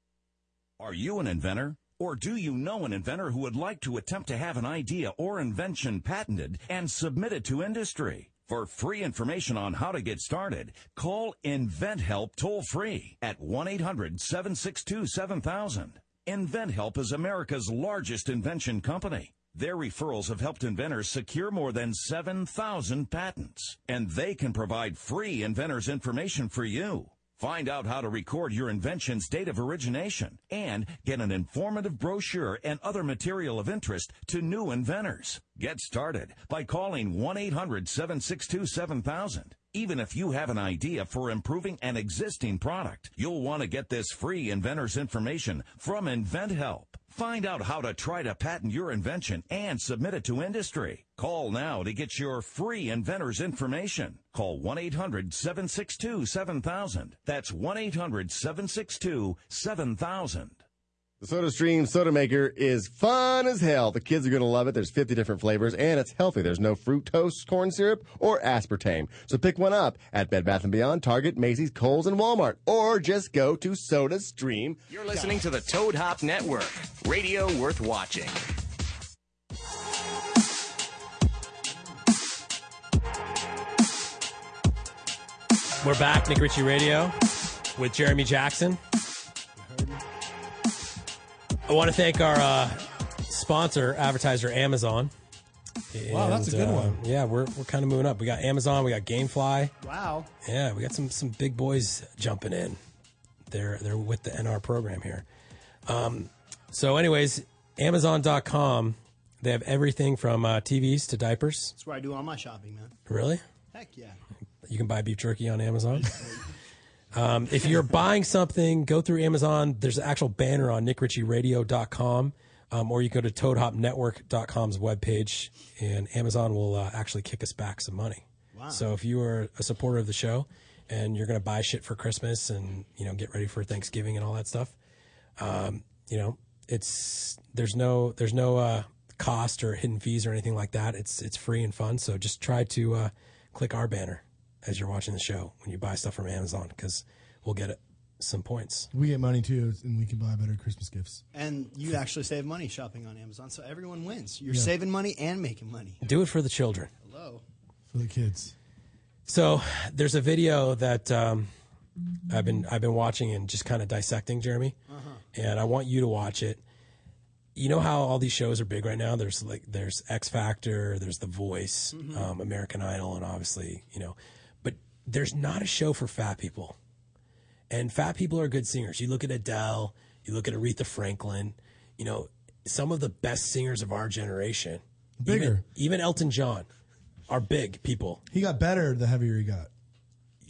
R: Are you an inventor? Or do you know an inventor who would like to attempt to have an idea or invention patented and submit it to industry? For free information on how to get started, call InventHelp toll free at 1 800 762 7000. InventHelp is America's largest invention company. Their referrals have helped inventors secure more than 7,000 patents, and they can provide free inventors information for you. Find out how to record your invention's date of origination and get an informative brochure and other material of interest to new inventors. Get started by calling 1 800 762 7000. Even if you have an idea for improving an existing product, you'll want to get this free inventor's information from InventHelp. Find out how to try to patent your invention and submit it to industry. Call now to get your free inventor's information. Call 1 800 762 7000. That's 1 800 762 7000.
S: (laughs) The SodaStream soda maker is fun as hell. The kids are going to love it. There's 50 different flavors and it's healthy. There's no fructose, corn syrup, or aspartame. So pick one up at Bed Bath & Beyond, Target, Macy's, Kohl's, and Walmart. Or just go to SodaStream.
C: You're listening to the Toad Hop Network, radio worth watching.
G: We're back, Nick Ritchie Radio, with Jeremy Jackson. I want to thank our uh, sponsor, advertiser Amazon. uh,
I: Wow, that's a good one.
G: Yeah, we're, we're kind of moving up. We got Amazon, we got GameFly.
H: Wow.
G: Yeah, we got some some big boys jumping in. They're they're with the NR program here. Um, so, anyways, Amazon.com. They have everything from uh, TVs to diapers.
H: That's where I do all my shopping, man.
G: Really?
H: Heck yeah.
G: You can buy beef jerky on Amazon. (laughs) um, if you're buying something, go through Amazon. There's an actual banner on nickrichieradio.com, um, or you go to toadhopnetwork.com's webpage, and Amazon will uh, actually kick us back some money.
M: Wow.
G: So if you are a supporter of the show and you're going to buy shit for Christmas and you know get ready for Thanksgiving and all that stuff, um, you know it's there's no there's no uh, cost or hidden fees or anything like that. It's it's free and fun. So just try to uh, click our banner as you're watching the show when you buy stuff from Amazon because we'll get it, some points.
I: We get money too, and we can buy better Christmas gifts.
H: And you actually save money shopping on Amazon, so everyone wins. You're
I: Yeah.
H: saving money and making money.
G: Do it for the children.
H: Hello.
I: For the kids.
G: So there's a video that um, I've been I've been watching and just kind of dissecting Jeremy, and I want you to watch it. You know how all these shows are big right now. There's like there's X Factor, there's The Voice,
T: Mhm.
G: um, American Idol, and obviously you know, but there's not a show for fat people, and fat people are good singers. You look at Adele, you look at Aretha Franklin, you know, some of the best singers of our generation,
I: Bigger.
G: even, even Elton John, are big people.
I: He got better the heavier he got.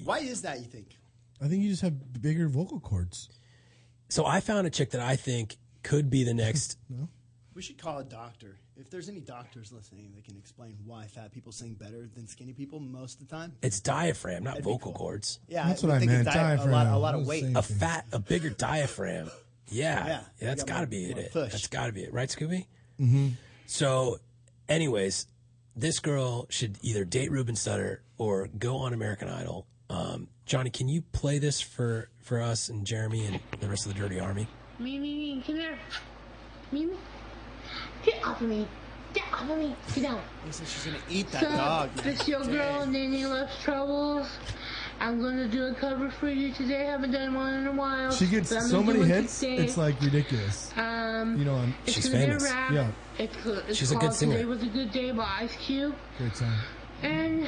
H: Why is that, you think?
I: I think you just have bigger vocal cords.
G: So I found a chick that I think could be the
I: (laughs)
G: next.
H: We should call a doctor. If there's any doctors listening that can explain why fat people sing better than skinny people most of the time,
G: it's diaphragm, not
H: That'd be
G: vocal cords.
H: Yeah, That's I what would I think a meant, dia- a diaphragm. lot- a lot of I was weight. saying
G: A
H: things.
G: fat, a
H: (laughs)
G: bigger diaphragm. Yeah,
H: Yeah,
G: yeah,
H: you
G: that's
H: got
G: got to
H: more-
G: be it.
H: more
G: it.
H: push.
G: That's got to be it, right, Scooby?
I: Mm-hmm.
G: So, anyways, this girl should either date Ruben Sutter or go on American Idol. Um, Johnny, can you play this for for us and Jeremy and the rest of the Dirty Army?
U: Mimi, come here. Mimi, get off of me. Get off of me. Get down.
H: Listen, she's gonna eat that
U: So,
H: dog. man.
U: This your girl, Nanny Loves Troubles. I'm gonna do a cover for you today. Haven't done one in a while.
I: She gets
U: but I'm
I: so
U: gonna
I: many
U: do one
I: hits,
U: today.
I: it's like ridiculous.
U: Um,
I: You know, I'm-
U: it's
I: She's
U: gonna be a
I: famous.
U: rap.
I: Yeah.
U: It's, co- it's
I: She's a good
U: called
I: singer.
U: Today was a good day by Ice Cube,
I: Great song.
U: and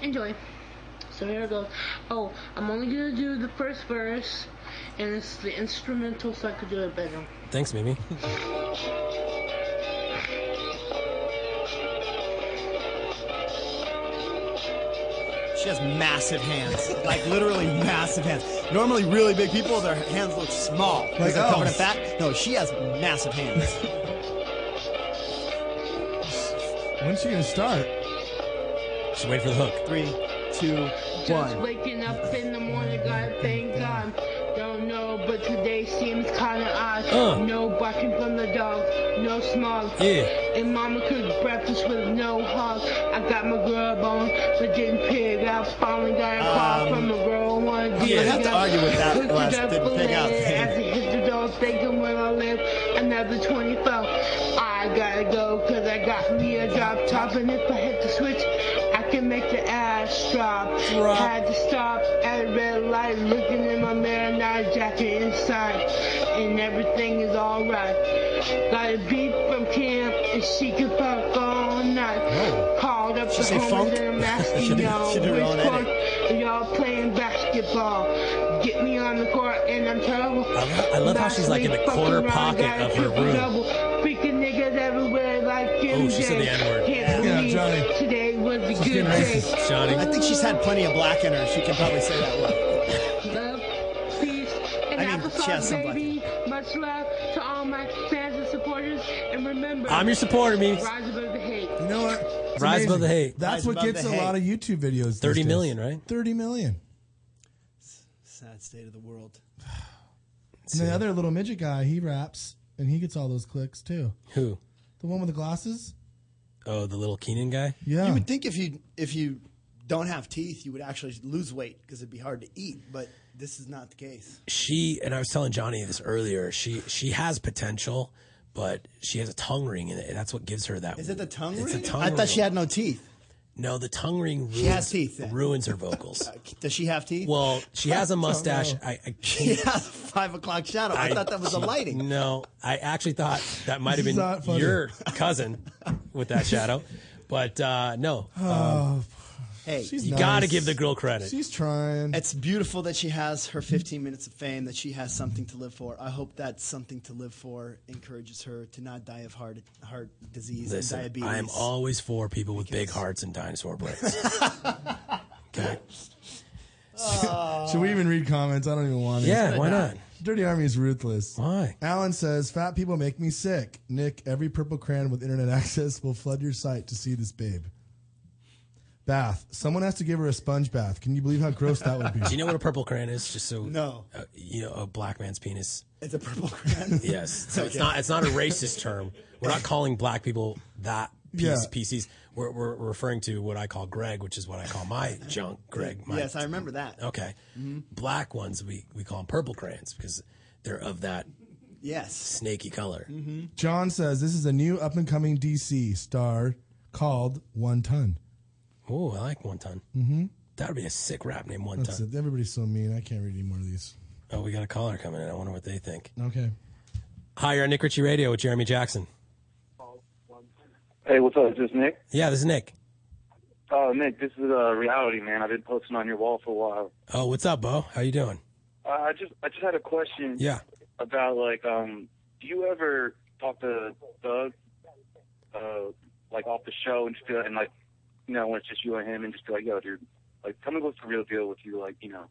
U: enjoy. So here it goes. Oh, I'm only gonna do the first verse, and it's the instrumental, so I could do it better.
G: Thanks, Mimi.
H: She has massive hands, like literally massive hands. Normally, really big people, their hands look small
I: Like
H: because they're covered in
I: elves.
H: fat. No, she has massive hands.
I: When's she gonna start?
G: Just wait for the hook.
H: Three, two,
U: Just waking up in the morning, God thank God. Don't know, but today seems kinda odd. Uh. No barking from the dog, no smog. Yeah. And mama cooked breakfast with no hug. I got my grub on, but didn't pig out. Finally got a call
H: Um,
U: from the girl one.
H: I'm gonna have to argue with that last didn't pig out thing.
U: After hit the dog, thinking where I live, another 24. I gotta go, cause I got me a drop top, and if I hit the switch, I can make the ass drop.
T: Drop.
U: Had to stop at a red light, looking in my mirror, not a jacket inside, and everything is alright. Got a beat from camp, and she can fuck all night. Called up
T: She
U: the
T: say
U: homies
T: funk?
U: and I'm
T: She
U: asking
T: do-
U: y'all
T: she do her
U: which
T: own edit.
U: court and y'all playing basketball. Get me on the court and I'm terrible.
G: I love how she's, like, in the
U: Fucking
G: corner
U: round
G: pocket
U: guy,
G: of her
U: triple
G: room.
U: double. Freaking niggas everywhere like MJ.
G: Oh, she said the N-word.
U: Can't
G: Yeah,
U: believe
G: Johnny.
U: Today was a good day.
H: I think she's had plenty of black in her. She can probably say that one.
U: Love, peace, and
H: I mean, she has
U: applesauce,
H: some black
U: baby. Much love to all my fans and supporters. And remember,
G: I'm your supporter, Meeks.
U: Rise above the hate.
I: You know what? It's
G: Rise
I: amazing.
G: above the hate.
I: That's what gets a lot of YouTube videos.
G: Thirty
I: these days.
G: million, right?
I: Thirty million.
H: Sad state of the world.
I: And the other little midget guy, he raps and he gets all those clicks too.
G: Who?
I: The one with the glasses?
G: Oh, the little Keenan guy.
I: Yeah.
H: You would think if you if you don't have teeth, you would actually lose weight because it'd be hard to eat. But this is not the case.
G: she and I was telling Johnny this earlier. She she has potential, but she has a tongue ring in it. That's what gives her that.
H: Is it the tongue
G: It's a
H: ring?
G: tongue
H: I thought she
G: ring.
H: had no teeth.
G: No, the tongue ring ruins,
H: She has teeth, then.
G: ruins her vocals.
H: (laughs) Does she have teeth?
G: Well, she has a
H: I don't
G: mustache.
H: know.
G: I,
H: (laughs)
G: I
H: She
G: can't.
H: has a five o'clock shadow. I, thought that was the lighting.
G: No, I actually thought that might have
H: This is
G: been
H: not funny.
G: your cousin with that shadow. But uh, no.
I: Oh,
H: Hey,
G: you got to give the girl credit.
I: trying.
H: It's beautiful that she has her 15 minutes of fame, that she has something to live for. I hope that something to live for encourages her to not die of heart heart disease
G: Listen,
H: and diabetes.
G: I am always for people with big hearts and
H: (laughs)
G: dinosaur brains.
I: (laughs) Should we even read comments? I don't even want to.
G: Yeah, why not?
I: Dirty Army is ruthless.
G: Why?
I: Alan says, Fat people make me sick. Nick, every purple crayon with internet (laughs) access will flood your site to see this babe. Bath. Someone has to give her a sponge bath. Can you believe how gross that would
G: (laughs)
I: be?
G: Do you know what a purple crayon is? Just so
H: no,
G: uh, you know a black man's penis.
H: It's a purple crayon.
G: (laughs) Yes, so it's
H: Okay.
G: not it's not a racist term. We're not calling black people that piece,
H: Yeah.
G: PCs. We're, we're referring to what I call Greg, which is what I call
H: (laughs)
G: my junk, Greg. My,
H: yes, I remember that.
G: Okay,
H: Mhm.
G: black ones we we call them purple crayons because they're of that
H: Yes.
G: snaky color.
H: Mm-hmm.
I: John says, This is a new up and coming DC star called One Ton.
G: Oh, I like one ton.
I: Mm-hmm.
G: That would be a sick rap name. One
I: That's
G: ton.
I: it. Everybody's so mean. I can't read any more of these.
G: Oh, we got a caller coming in. I wonder what they think.
I: Okay.
G: Hi, you're on Nick Ritchie Radio with Jeremy Jackson.
A: Hey, what's up? Is this Nick?
G: Yeah, this is Nick.
A: Oh, Nick, this is uh, reality, man. I've been posting on your wall for a while.
G: Oh, what's up, Bo? How you doing?
A: Uh, I just, I just had a question.
G: Yeah.
A: About like, um, do you ever talk to Doug, uh, like off the show and just feel, and like, you know, when it's just you and him, and just be like, yo, dude, like, tell me what's the real deal with you, like, you know.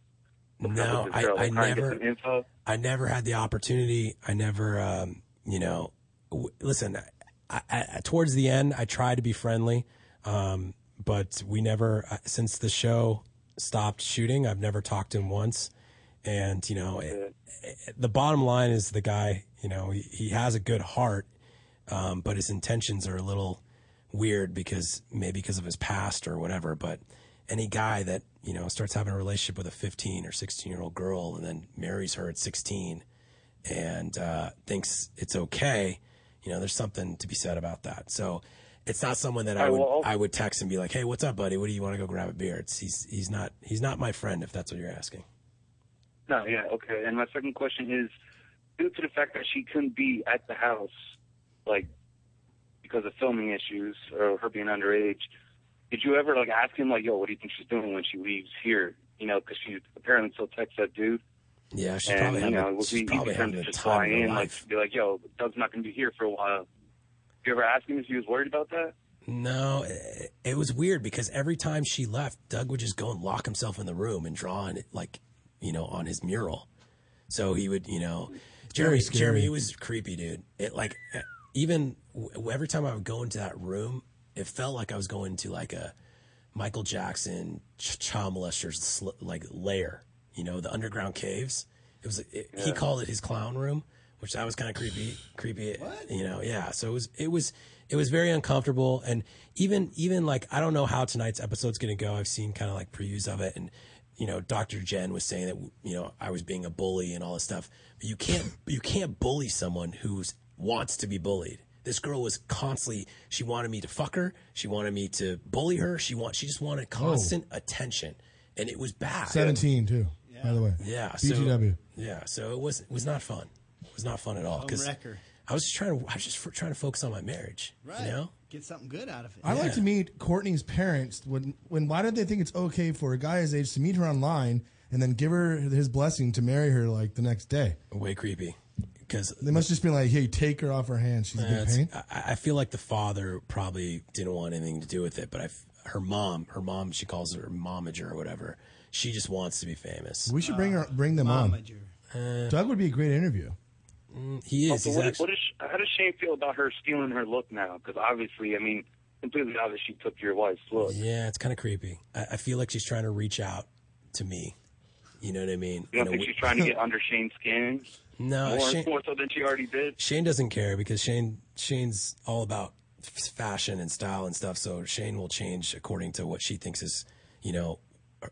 A: what's up
G: No,
A: with this
G: I,
A: girl?
G: I
A: Like, try and get
G: never.
A: some info.
G: I never had the opportunity. I never, um, you know, w- listen, I, I, I- towards the end, I tried to be friendly, um, but we never, uh, since the show stopped shooting, I've never talked to him once. And, you know, it, it- the bottom line is the guy, you know, he, he has a good heart, um, but his intentions are a little weird because maybe because of his past or whatever. But any guy that you know starts having a relationship with a 15 or 16 year old girl and then marries her at 16 and uh, thinks it's okay, you know, there's something to be said about that. So it's not someone that I
A: I
G: would
A: will-
G: I would text and be like, hey, what's up, buddy? What do you want to go grab a beer? It's, he's he's not he's not my friend if that's what you're asking.
A: No, yeah, okay. And my second question is, due to the fact that she couldn't be at the house, like because of filming issues or her being underage, did you ever like ask him like, yo, what do you think she's doing when she leaves here? You know, because she apparently still texts that dude.
G: Yeah, she's
A: and,
G: probably
A: you
G: having,
A: know, it
G: a-
A: would
G: she's
A: be
G: probably
A: easy for him
G: having
A: to
G: the
A: just
G: time
A: fly
G: of her
A: in,
G: life.
A: like, be like, yo, Doug's not going to be here for a while. You ever ask him if he was worried about that?
G: No, it, it was weird because every time she left, Doug would just go and lock himself in the room and draw on it, like, you know, on his mural. So he would, you know, Jeremy,
M: Very scary.
G: Jeremy, it was creepy, dude. It like, e, even w- every time I would go into that room, it felt like I was going to like a Michael Jackson, Ch- child molesters, sl- like lair, you know, the underground caves. It was, it, he
M: Yeah.
G: called it his clown room, which that was kind of creepy, creepy, you know? Yeah. So it was, it was, it was very uncomfortable. And even, even like, I don't know how tonight's episode's going to go. I've seen kind of like previews of it and, you know, Dr. Jen was saying that, you know, I was being a bully and all this stuff. But you can't, you can't bully someone who's wants to be bullied. This girl was constantly, she wanted me to fuck her. She wanted me to bully her. She want, she just wanted constant attention. And it was bad.
I: 17, too, by the way.
G: Ah, Yeah. so-
I: BGW.
G: yeah. So it was, it was not fun. It was not fun at all.
H: Home
G: Cause
H: wrecker.
G: I was (laughs) just trying to, I was just f- trying to focus on my marriage.
H: Right.
G: You know?
H: Get something good out of it.
I: I'd like to meet Courtney's parents. When when why don't they think it's okay for a guy his age to meet her online and then give her his blessing to marry her like the next day?
G: Way creepy. Cause
I: They must just be like, "Hey, take her off her hands. She's a
G: Yeah,
I: big
G: it's-
I: pain."
G: I, I feel like the father probably didn't want anything to do with it, but I f her mom, her mom, she calls her momager or whatever. She just wants to be famous.
I: We should bring her, bring them on. Doug would be a great interview.
G: Uh, mm, He is.
A: So
G: He's
A: what,
G: actually,
A: what is she- how does Shane feel about her stealing her look now? Because obviously, I mean, completely obvious she took your wife's look.
G: yeah, it's kind of creepy. I, I feel like she's trying to reach out to me. You know what I mean?
A: You
G: In
A: don't
G: a
A: think
G: w-
A: she's trying to get under Shane's skin?
G: (laughs) No,
A: more,
G: Shane-
A: more so than she already did.
G: Shane doesn't care because Shane Shane's all about f- fashion and style and stuff. So Shane will change according to what she thinks is, you know,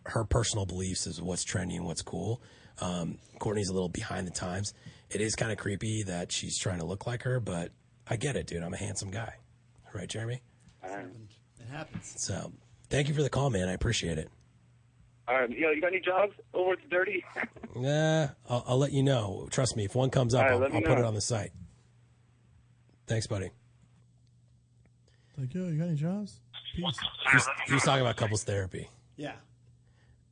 G: her personal beliefs is what's trendy and what's cool. Um, Courtney's a little behind the times. It is kind of creepy that she's trying to look like her, but I get it, dude. I'm a handsome guy, right, Jeremy?
A: All right.
H: It happens.
G: So Thank you for the call, man. I appreciate it.
A: Um, yo, you got any jobs over at the Dirty?
G: Nah, I'll, I'll let you know. Trust me, if one comes up,
A: All right,
G: I'll,
A: let me
G: I'll put
A: know.
G: it on the site. Thanks, buddy.
I: Like, yo, you got any jobs? Peace.
G: He's, he's talking about couples therapy.
I: Yeah.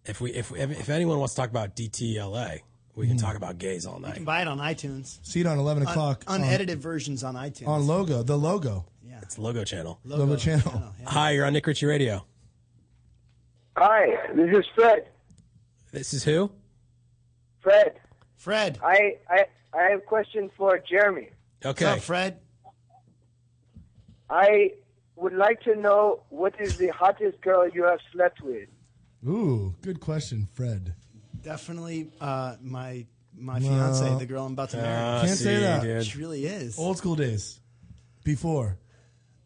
G: If we, if if, if anyone wants to talk about DTLA, we can
I: Mhm.
G: talk about gays all
H: You
G: night.
H: can buy it on iTunes.
I: See it on 11
H: Un-
I: o'clock. on-
H: unedited versions on iTunes.
I: On logo, the logo.
G: It's Logo Channel.
I: Logo, channel.
G: Hi, you're on Nick Ritchie Radio.
D: Hi, this is Fred.
G: This is who?
D: Fred.
H: Fred.
D: I I I have a question for Jeremy.
G: Okay.
H: What's up, Fred?
D: I would like to know what is the hottest girl you have slept with.
I: (laughs) Ooh, good question, Fred.
H: Definitely uh, my my
I: No.
H: fiance, the girl I'm about to marry.
G: Ah,
I: Can't say that.
H: She really is.
I: Old school days. Before.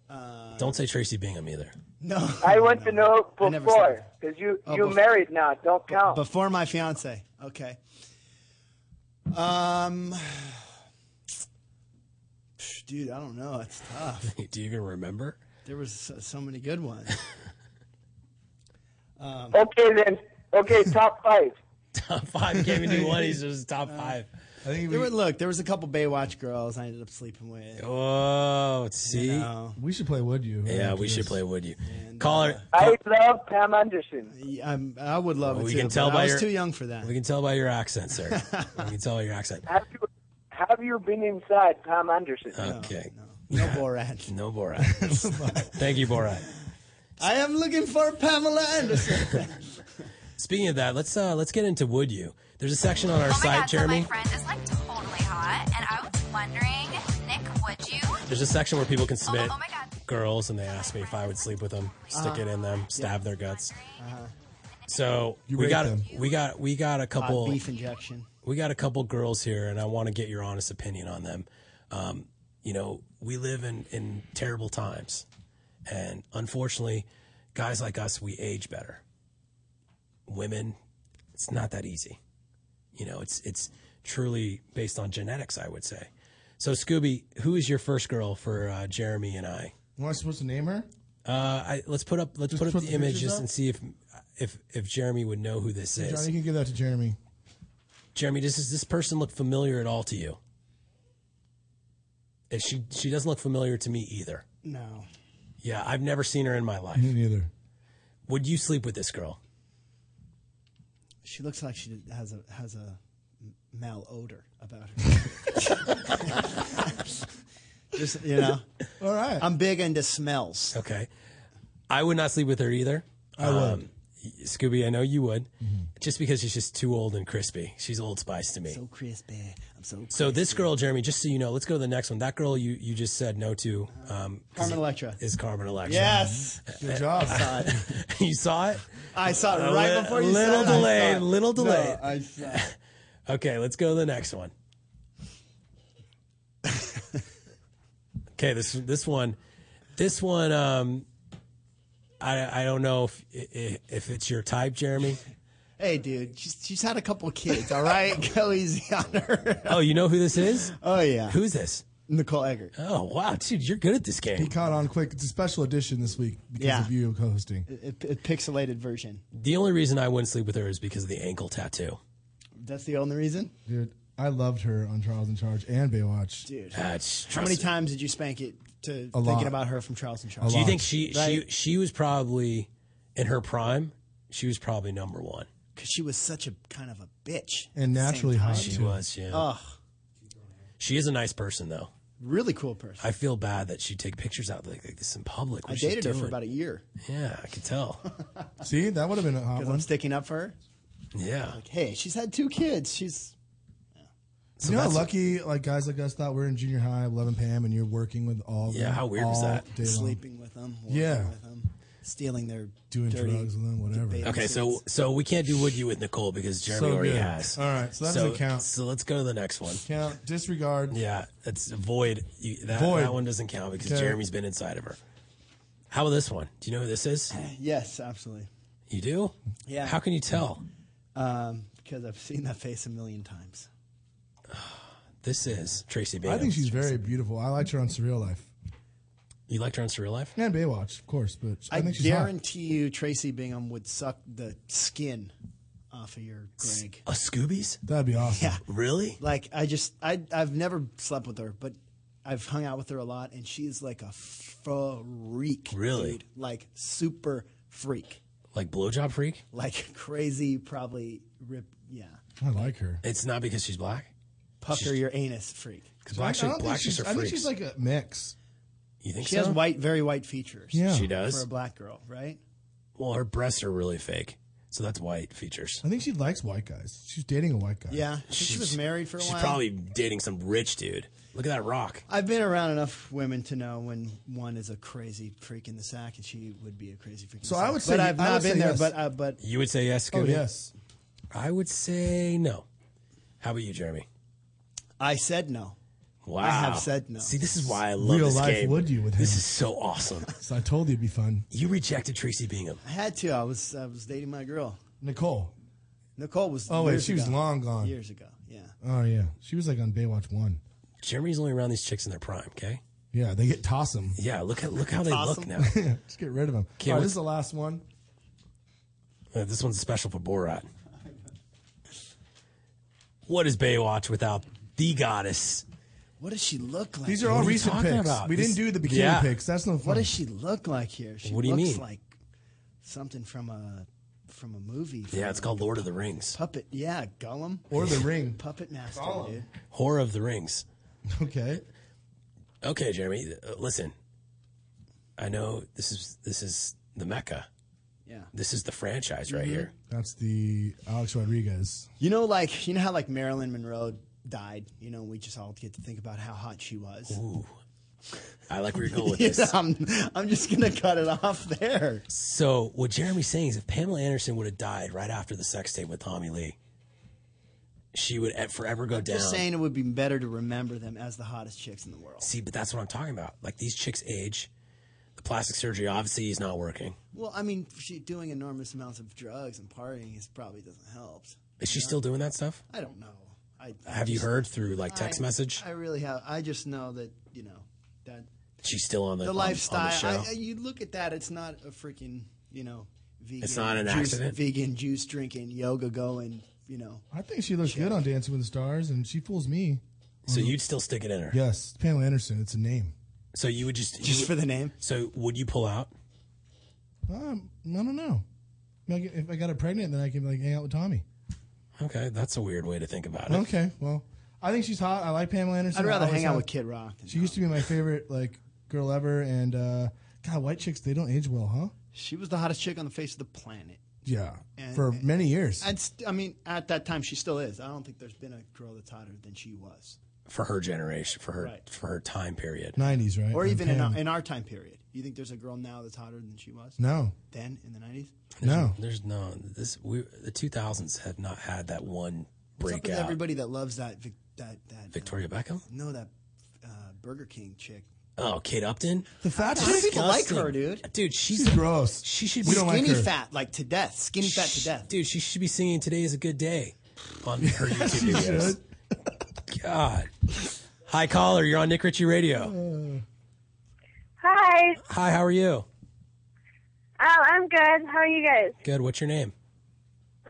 H: Uh,
G: Don't say Tracy Bingham either.
H: No.
I: Oh.
H: (laughs)
D: I want to know
H: I never said
D: before because you
H: Oh,
D: you
H: bef-
D: married now. Don't count.
H: Before my fiance. Okay. Um, (sighs) dude, I don't know. It's tough.
G: (laughs) Do you even remember?
H: There was so, so many good ones.
G: (laughs)
H: Um,
D: okay then.
G: (laughs)
D: Okay, top five.
G: Top five can't even do one. He's just top five.
I: I think
H: Uh, there were, look, there was a couple Baywatch girls I ended up sleeping with.
G: Oh, see.
I: We should play Would You.
G: Yeah,
I: after
G: we should
I: this.
G: play Would You. Caller,
D: I love Pam Anderson.
H: I'm, I would love it
G: we
H: too,
G: can
H: but
G: tell
H: I
G: by
H: was
G: your,
H: too young for that.
G: We can tell by your accent, sir.
H: (laughs)
G: we can tell by your accent.
D: Have you been inside Pam Anderson?
G: Okay.
H: No
G: (laughs)
H: Borat.
G: No
H: (laughs)
G: Borat. Thank you, Borat.
H: I am looking for Pamela Anderson.
I: (laughs)
G: Speaking of that, let's uh let's get into Would You. There's a section
M: Oh
G: on our
V: Oh
G: site, Jeremy.
M: friend is like totally hot, and I was wondering, Nick, would you? Oh,
G: There's a section where people can
V: Oh,
G: submit girls, and they ask me if I would sleep with them, stick
H: Uh,
M: Uh-huh.
G: it in them, stab their guts.
I: Uh-huh.
G: So
H: You
G: we
H: rate
G: got
H: them.
G: we got we got a couple
H: Hot beef injection.
G: we got a couple girls here, and I want to get your honest opinion on them. Um, you know, we live in, in terrible times, and unfortunately, guys like us, we age better. Women, it's not that easy. You know, it's it's truly based on genetics, I would say. So, Scooby, who is your first girl for uh, Jeremy and I?
I: Am I supposed to name her?
G: Uh, I let's put up let's
I: Just
G: put up
I: put
G: the,
I: the pictures
G: images
I: up?
G: and see if if if Jeremy would know who this is.
I: Johnny, you can give that to Jeremy.
G: Jeremy, does does this person look familiar at all to you? And she she doesn't look familiar to me either.
H: No.
G: Yeah, I've never seen her in my life.
I: Me neither.
G: Would you sleep with this girl?
H: She looks like she has a has a m- malodor about her. (laughs) Just you know.
I: All right.
H: I'm big into smells.
G: Okay. I would not sleep with her either. Um,
H: I would.
G: Scooby, I know you would. Just because she's just too old and crispy. She's old spice to me.
H: So crispy. I'm so.
G: So this girl, Jeremy, just so you know, let's go to the next one. That girl you, you just said no to, um,
H: Carmen Electra.
G: is Carmen Electra.
H: Yes.
G: (laughs)
H: Good job. I saw it.
G: you saw it.
H: I saw it
G: A
H: right
G: li-
H: before you
G: little
H: said it. I
G: delayed,
H: saw it.
G: little
H: No,
G: delayed.
H: I saw it.
G: (laughs) okay, let's go to the next
H: (laughs)
G: one. okay, this this one, this one. Um, I I don't know if if, if it's your type, Jeremy.
H: Hey, dude, she's, she's had a couple kids. All
G: (laughs)
H: right, go easy (laughs) on her.
G: Oh, you know who this
I: (laughs)
G: is?
H: Oh yeah.
G: Who's this?
H: Nicole Eggert.
G: Oh wow, dude, you're good at this game.
I: He caught on quick. It's a special edition this week because
G: Yeah.
I: of you co-hosting.
H: It, it pixelated version.
G: The only reason I wouldn't sleep with her is because of the ankle tattoo.
H: That's the only reason.
I: Dude, I loved her on Charles in Charge and Baywatch.
G: Uh,
H: Dude,
G: That's-
H: how many times did you spank it to thinking
I: lot.
H: about her from Charles and Charles?
G: Do you think she
H: Right?
G: she she was probably in her prime? She was probably number one.
H: 'Cause she was such a kind of a bitch
I: And
H: at the
I: naturally
H: same time. Oh.
I: hot,
G: She
I: too.
G: was, yeah.
H: Ugh,
G: She is a nice person, though.
H: really cool person.
G: I feel bad that she take pictures out like, like this in public.
H: I dated her for about a year
G: Yeah, I could tell.
I: (laughs) See, that would have been a hot
H: because
I: one.
H: I'm sticking up for her.
G: Yeah.
H: Like, hey, she's had two kids. She's
I: you know how
H: that's-
I: lucky like guys like us thought we're in junior high, 11 p.m., and you're working with all of
G: Yeah,
I: them
G: how weird is
I: all
G: that?
I: Day long.
H: sleeping with them, working
I: Yeah.
H: with them, stealing their
I: Doing
H: dirty
I: drugs with them, whatever.
H: baby
G: Okay,
H: suits.
G: so so we can't do would you with Nicole because Jeremy
I: So
G: already
I: good.
G: has.
I: All right, so that doesn't count.
G: So let's go to the next one.
I: Count, disregard.
G: Yeah, that's void. You, that,
I: Void.
G: that one doesn't count because
I: Okay.
G: Jeremy's been inside of her. How about this one? Do you know who this is?
H: yes, absolutely.
G: You do?
H: Yeah.
G: How can you tell?
H: Um, because I've seen that face a million times.
G: This is Tracy Bingham.
I: I think she's very beautiful. I liked her on Surreal Life.
G: You liked her on Surreal Life?
I: And Baywatch, of course, but I,
H: I,
I: think she's hot.
H: guarantee you, Tracy Bingham would suck the skin off of your Greg.
G: A Scoobies?
I: That'd be awesome.
H: Yeah.
G: Really?
H: Like I just I I've never slept with her, but I've hung out with her a lot, and she's like a freak.
G: Really?
H: dude. Like super freak.
G: Like blowjob freak?
H: Like (laughs) crazy, probably rip. Yeah.
I: I like her.
G: It's not because she's black.
H: Pucker your anus freak.
G: 'Cause black
I: I don't
G: chick,
I: think
G: black
I: she's-
G: chicks are
I: I think
G: freaks.
I: she's like a mix.
G: you think
H: she
G: so?
H: has white, very white features.
G: Yeah. She does?
H: for a black girl, right?
G: Well, her breasts are really fake, so that's white features.
I: I think she likes white guys. She's dating a white guy.
H: Yeah, I think she was married for a
G: she's
H: while.
G: probably dating some rich dude. Look at that rock.
H: I've been around enough women to know when one is a crazy freak in the sack, and she would be a crazy freak. In
I: So
H: the
I: I
H: sack.
I: would
H: but
I: say-
H: I've
I: I
H: not
I: would
H: been
I: say
H: there.
I: yes.
H: But uh, but
G: You would say yes,
H: Oh,
G: Scooby?
H: yes.
G: I would say no. How about you, Jeremy?
H: I said no.
G: Wow.
H: I have said no.
G: See, this is why I love
I: Real
G: this
I: life
G: game.
I: would you with
G: This
I: him.
G: is so awesome.
I: (laughs) So I told you it'd be fun.
G: You rejected Tracy Bingham.
H: I had to. I was I was dating my girl.
I: Nicole.
H: Nicole was.
I: Oh, wait,
H: years
I: she was
H: ago.
I: long gone.
H: Years ago. Yeah.
I: Oh yeah, she was like on Baywatch one.
G: Jeremy's only around these chicks in their prime. Okay.
I: Yeah, they get toss him.
G: Yeah. Look at look how they
I: Toss
G: look
I: 'em.
G: now.
H: (laughs)
I: (laughs) Just get rid of him.
G: Okay,
I: All right,
G: what-
I: this is the last one.
G: Uh, this one's special for Borat. What is Baywatch without the goddess?
H: What does she look like?
I: These are all
G: What are you
I: recent
G: talking
I: picks.
G: about?
I: We
G: This-
I: didn't do the bikini
G: Yeah.
I: picks. That's no fun.
H: What does she look like here? She
G: What do you
H: looks
G: mean?
H: Like something from a from a movie.
G: Yeah,
H: from
G: it's
H: a
G: called Lord of the Rings.
H: Puppet. Yeah, Gollum
G: Or The Ring.
H: Puppet master,
I: Gollum.
H: dude.
G: Horror of the Rings.
I: Okay.
G: Okay, Jeremy. Uh, listen, I know this is this is the mecca.
H: Yeah.
G: This is the franchise
H: Mm-hmm.
I: Mm-hmm.
G: right here.
I: That's the Alex Rodriguez.
H: You know, like you know how like Marilyn Monroe died. You know, we just all get to think about how hot she was.
G: Ooh. I like where you're
H: (laughs)
G: going with
H: You
G: this.
H: know, I'm, I'm just gonna cut it off there.
G: So what Jeremy's saying is, if Pamela Anderson would have died right after the sex tape with Tommy Lee, she would e- forever go down.
H: Just saying, it would be better to remember them as the hottest chicks in the world.
G: See, but that's what I'm talking about. Like these chicks age. The plastic surgery obviously is not working.
H: Well, I mean, she doing enormous amounts of drugs and partying is probably doesn't help.
G: Is she still doing that stuff?
H: I don't know. I, I
G: Have you
H: just-
G: heard through like text
H: I-
G: message?
H: I really have. I just know that you know that
G: She's still on the,
H: the,
G: on- on
H: lifestyle.
G: the show.
H: I, I- you look at that; it's not a freaking you know vegan.
G: It's not an
H: juice,
G: accident.
H: Vegan juice drinking, yoga going. You know,
I: I think she looks good on Dancing with the Stars, and she fools me.
G: so
I: Mm-hmm.
G: you'd still stick it in her.
I: Yes, Pamela Anderson. It's a name.
G: So you would just you
H: Just
G: would-
H: for the name?
G: So would you pull out?
I: Um, I don't know. I mean, I get- If I got her pregnant, then I can like hang out with Tommy.
G: Okay, that's a weird way to think about it.
I: Okay, well, I think she's hot. I like Pamela Anderson.
H: I'd rather
I: I always
H: hang out
I: have-
H: with Kid Rock.
I: She used to be my favorite like girl ever, and uh, God, white chicks they don't age well, huh?
H: She was the hottest chick on the face of the planet.
I: Yeah,
H: And-
I: for
H: and-
I: many years.
H: And st- I mean, at that time, she still is. I don't think there's been a girl that's hotter than she was,
G: For her generation, for her
H: Right.
G: for her time period.
I: Nineties, right?
H: or
I: And
H: even in
I: Pam-
H: our, in our time period. You think there's a girl now that's hotter than she was?
I: No.
H: Then in the nineties,
I: no.
G: There's no Uh, this we the 2000s have not had that one
H: What's up with
G: breakout.
H: everybody that loves that Vic- that that
G: Victoria Beckham?
H: no that uh, Burger King chick.
G: Oh, Kate Upton.
I: The fat
H: Why do
I: chick.
H: people like her, dude?
G: Dude, she's,
I: She's gross.
G: She should
I: We
G: be
I: don't like
H: Skinny
I: her.
H: fat, like to death. Skinny fat to death.
G: Dude, she should be singing "Today Is a Good Day" on
I: (laughs)
G: her YouTube videos. God. Hi, caller. You're on Nick Ritchie Radio.
B: Hi.
G: Hi, how are you?
B: Oh, I'm good. How are you guys?
G: Good. What's your name?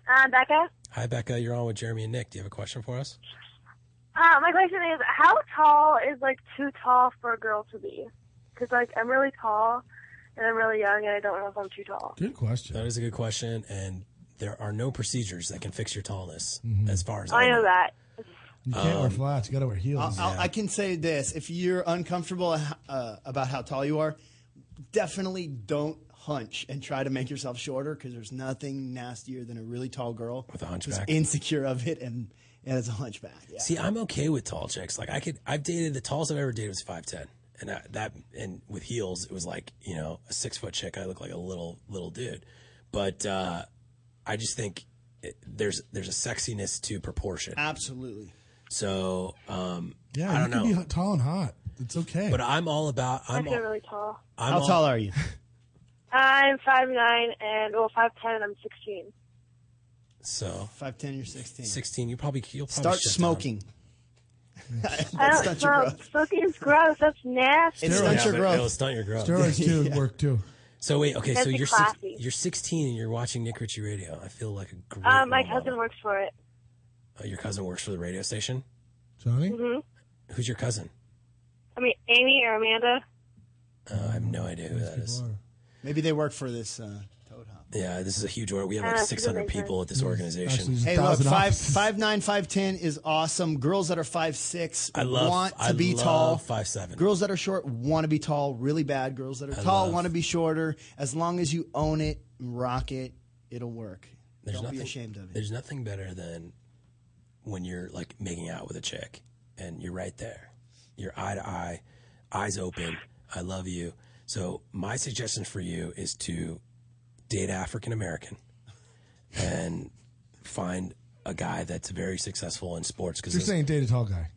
B: Uh, Becca?
G: Hi, Becca. You're on with Jeremy and Nick. Do you have a question for us?
B: Uh, my question is, how tall is, like, too tall for a girl to be? Because, like, I'm really tall, and I'm really young, and I don't know if I'm too tall.
I: Good question.
G: That is a good question, and there are no procedures that can fix your tallness, as far as I,
B: I know that.
I: Mm-hmm. You can't wear
G: Um,
I: flats. You got to wear heels.
H: I'll, I'll, I can say this: if you're uncomfortable uh, about how tall you are, definitely don't hunch and try to make yourself shorter because there's nothing nastier than a really tall girl
G: with a
H: who's
G: hunchback.
H: insecure of it and, and is a hunchback. Yeah.
G: See, I'm okay with tall chicks. Like I could, I've dated the tallest I've ever dated was five ten, and I, that, and with heels, it was like you know a six foot chick. I look like a little little dude, but uh, I just think it, there's there's a sexiness to proportion.
H: Absolutely.
G: So um,
I: yeah,
G: I
I: you
G: don't
I: can
G: know,
I: be hot- tall and hot. It's okay.
G: but I'm all about
B: I
G: I'm
B: feel
G: all,
B: really tall.
G: I'm
H: how
G: all-
H: tall are you?
B: I'm 5'9", and, well, 5'10", and I'm 16.
G: so
H: Five ten. You're sixteen.
G: sixteen. You probably you'll probably
H: Start
G: shut down.
H: smoking.
B: I
H: That's
B: don't
H: not your
B: smoke. Smoking is gross. That's nasty.
H: It stunts your growth.
G: It'll stunt your growth.
I: Steroids
G: (laughs)
I: too work too.
G: So wait, okay,
B: That's
G: so
B: a
G: you're six,
B: classy.
G: you're 16 and you're watching Nick Ritchie Radio. I feel like a great.
B: Um, my cousin works for it.
G: oh, your cousin works for the radio station.
I: Johnny,
B: hmm
G: who's your cousin?
B: I mean, Amy or Amanda.
G: Uh, I have no idea who that is.
H: Maybe they work for this. Uh,
G: Yeah, this is a huge order. We have
H: Ah,
G: like
H: it's a good
G: 600
H: idea.
G: people at this organization.
H: hey, look, five five nine five ten is awesome. Girls that are five six
G: I love-
H: want to
G: I
H: be
G: love
H: tall.
G: five seven.
H: Girls that are short want to be tall really bad. Girls that are
G: I
H: tall
G: love-
H: want to be shorter. As long as you own it, rock it, it'll work.
G: There's
H: Don't
G: nothing,
H: be ashamed of it.
G: There's nothing better than when you're like making out with a chick and you're right there. You're eye to eye, eyes open. I love you. So my suggestion for you is to date African American and find a guy that's very successful in sports
I: you're
G: because
I: saying date a tall guy.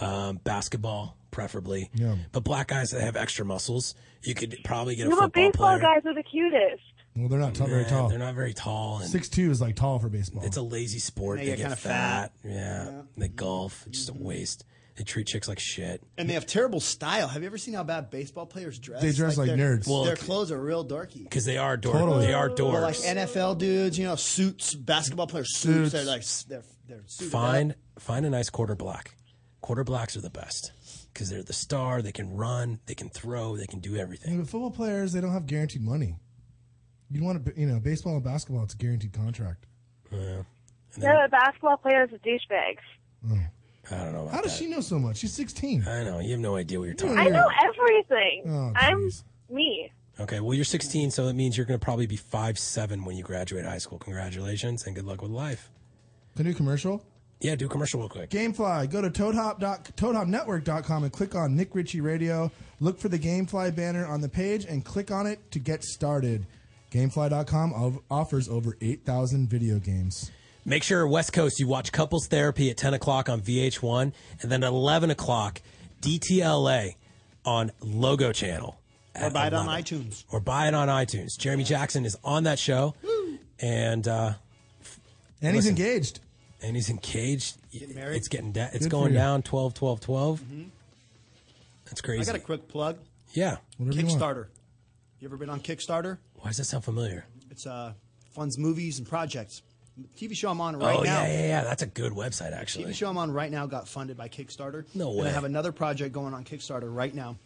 G: um, basketball preferably.
I: Yeah.
G: But black guys that have extra muscles, you could probably get a
B: No, but
G: football
B: baseball
G: player.
B: guys are the cutest.
I: Well, they're not tall, very
G: Nah,
I: tall.
G: They're not very tall. And
I: Six two is like tall for baseball.
G: It's a lazy sport.
H: They
G: They,
H: get
G: get,
H: kinda
G: fat.
H: fat. Mm-hmm.
G: Yeah. They golf. It's just a waste. They treat chicks like shit.
H: And they have terrible style. Have you ever seen how bad baseball players dress?
G: They dress like
H: their-
G: nerds. Well,
H: their clothes are real dorky.
G: Because they are dorks.
H: Totally.
G: They are
H: Well,
G: dorks.
H: like NFL dudes, you know, suits, basketball players,
G: Suits.
H: suits. They're like, s- they're, they're suited
G: find
H: up.
G: find a nice quarter black. Quarter blacks are the best because they're the star. They can run. They can throw. They can do everything.
I: Yeah, but football players, they don't have guaranteed money. You want to, you know, baseball and basketball, it's a guaranteed contract.
G: Yeah.
B: No, the basketball players are douchebags.
G: I don't know. About
I: How does
G: that.
I: she know so much? She's 16.
G: I know. You have no idea what you're talking.
B: I
G: about.
B: know everything.
G: Oh,
B: I'm me.
G: Okay, well, you're 16, so that means you're going to probably be five seven when you graduate high school. Congratulations and good luck with life.
I: Can I do a commercial?
G: Yeah, do a commercial real quick.
I: Gamefly, go to toadhop doc- toadhopnetwork.com and click on Nick Ritchie Radio. Look for the Gamefly banner on the page and click on it to get started. Gamefly.com ov- offers over 8,000 video games.
G: Make sure West Coast you watch Couples Therapy at 10 o'clock on VH1, and then at 11 o'clock DTLA on Logo Channel.
H: Or
G: at
H: buy it on
G: 11.
H: iTunes.
G: Or buy it on iTunes. Jeremy Jackson is on that show, and uh,
I: And he's engaged.
G: And he's engaged. It's getting da- it's
I: Good for
G: going
I: you.
G: down 12, 12, 12. That's crazy.
H: Mm-hmm. I got a quick plug.
G: yeah.
H: Kickstarter. You ever been on Kickstarter?
G: Why does that sound familiar?
H: It's uh, funds movies and projects. TV show I'm on right
G: oh
H: now.
G: yeah, yeah, yeah. That's a good website actually.
H: TV show I'm on right now got funded by Kickstarter.
G: No
H: And
G: way.
H: I have another project going on Kickstarter right now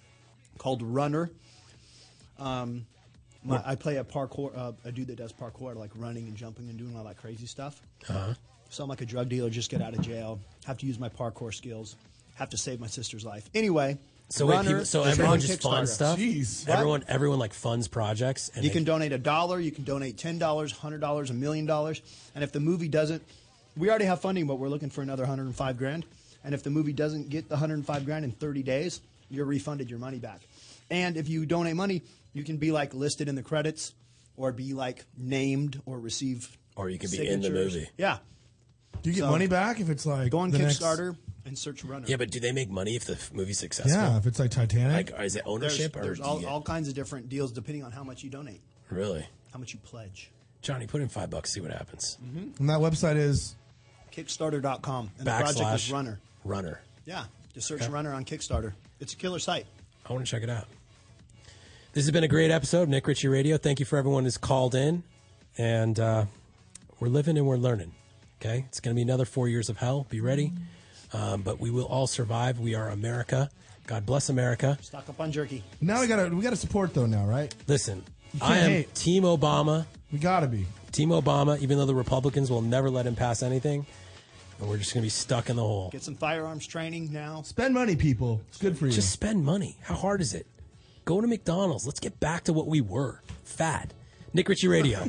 H: called Runner. Um, my, I play a parkour, uh, a dude that does parkour, like running and jumping and doing all that crazy stuff.
G: Uh-huh.
H: So I'm like a drug dealer, just get out of jail, have to use my parkour skills, have to save my sister's life. Anyway,
G: So wait,
H: Runner
G: people, so
H: is
G: everyone
H: on
G: just
H: Kickstarter.
G: funds stuff.
H: What?
G: Everyone, everyone like funds projects. And
H: you
G: they-
H: can donate a dollar, you can donate ten dollars, hundred dollars, a million dollars, and if the movie doesn't, we already have funding, but we're looking for another hundred and five grand. And if the movie doesn't get the hundred and five grand in thirty days, you're refunded your money back. And if you donate money, you can be like listed in the credits, or be like named, or receive,
G: Or you could be in the
H: signatures.
G: movie.
H: Yeah,
I: Do you get
H: So-
I: money back if it's like
H: go on
I: the next-
H: Kickstarter and search Runner.
G: yeah, but do they make money if the f- movie's successful?
I: yeah, if it's like Titanic.
G: Like, is it ownership
H: there's, there's
G: or do you
H: all,
G: get-
H: all kinds of different deals depending on how much you donate,
G: really?
H: how much you pledge.
G: Johnny, put in five bucks, see what happens.
I: Mm-hmm. and that website is
H: Kickstarter.com and the project is
G: Backslash
H: Runner.
G: Runner.
H: Yeah, just search Runner on Kickstarter. It's a killer site.
G: I want to check it out. This has been a great episode, of Nick Ritchie Radio. Thank you for everyone who's called in, and uh, we're living and we're learning. Okay, it's going to be another four years of hell. Be ready,
I: Mm.
G: um, but we will all survive. We are America. God bless America.
H: Stock up on jerky.
I: Now we gotta we gotta support though now, right?
G: Listen,
I: You can't
G: I am
I: hate.
G: Team Obama.
I: We gotta be
G: Team Obama, even though the Republicans will never let him pass anything, and we're just going to be stuck in the hole.
H: Get some firearms training now.
I: Spend money, people. It's good for you.
G: Just spend money. How hard is it? Go to McDonald's. Let's get back to what we were. Fat. Nick Ritchie
I: (laughs)
G: Radio.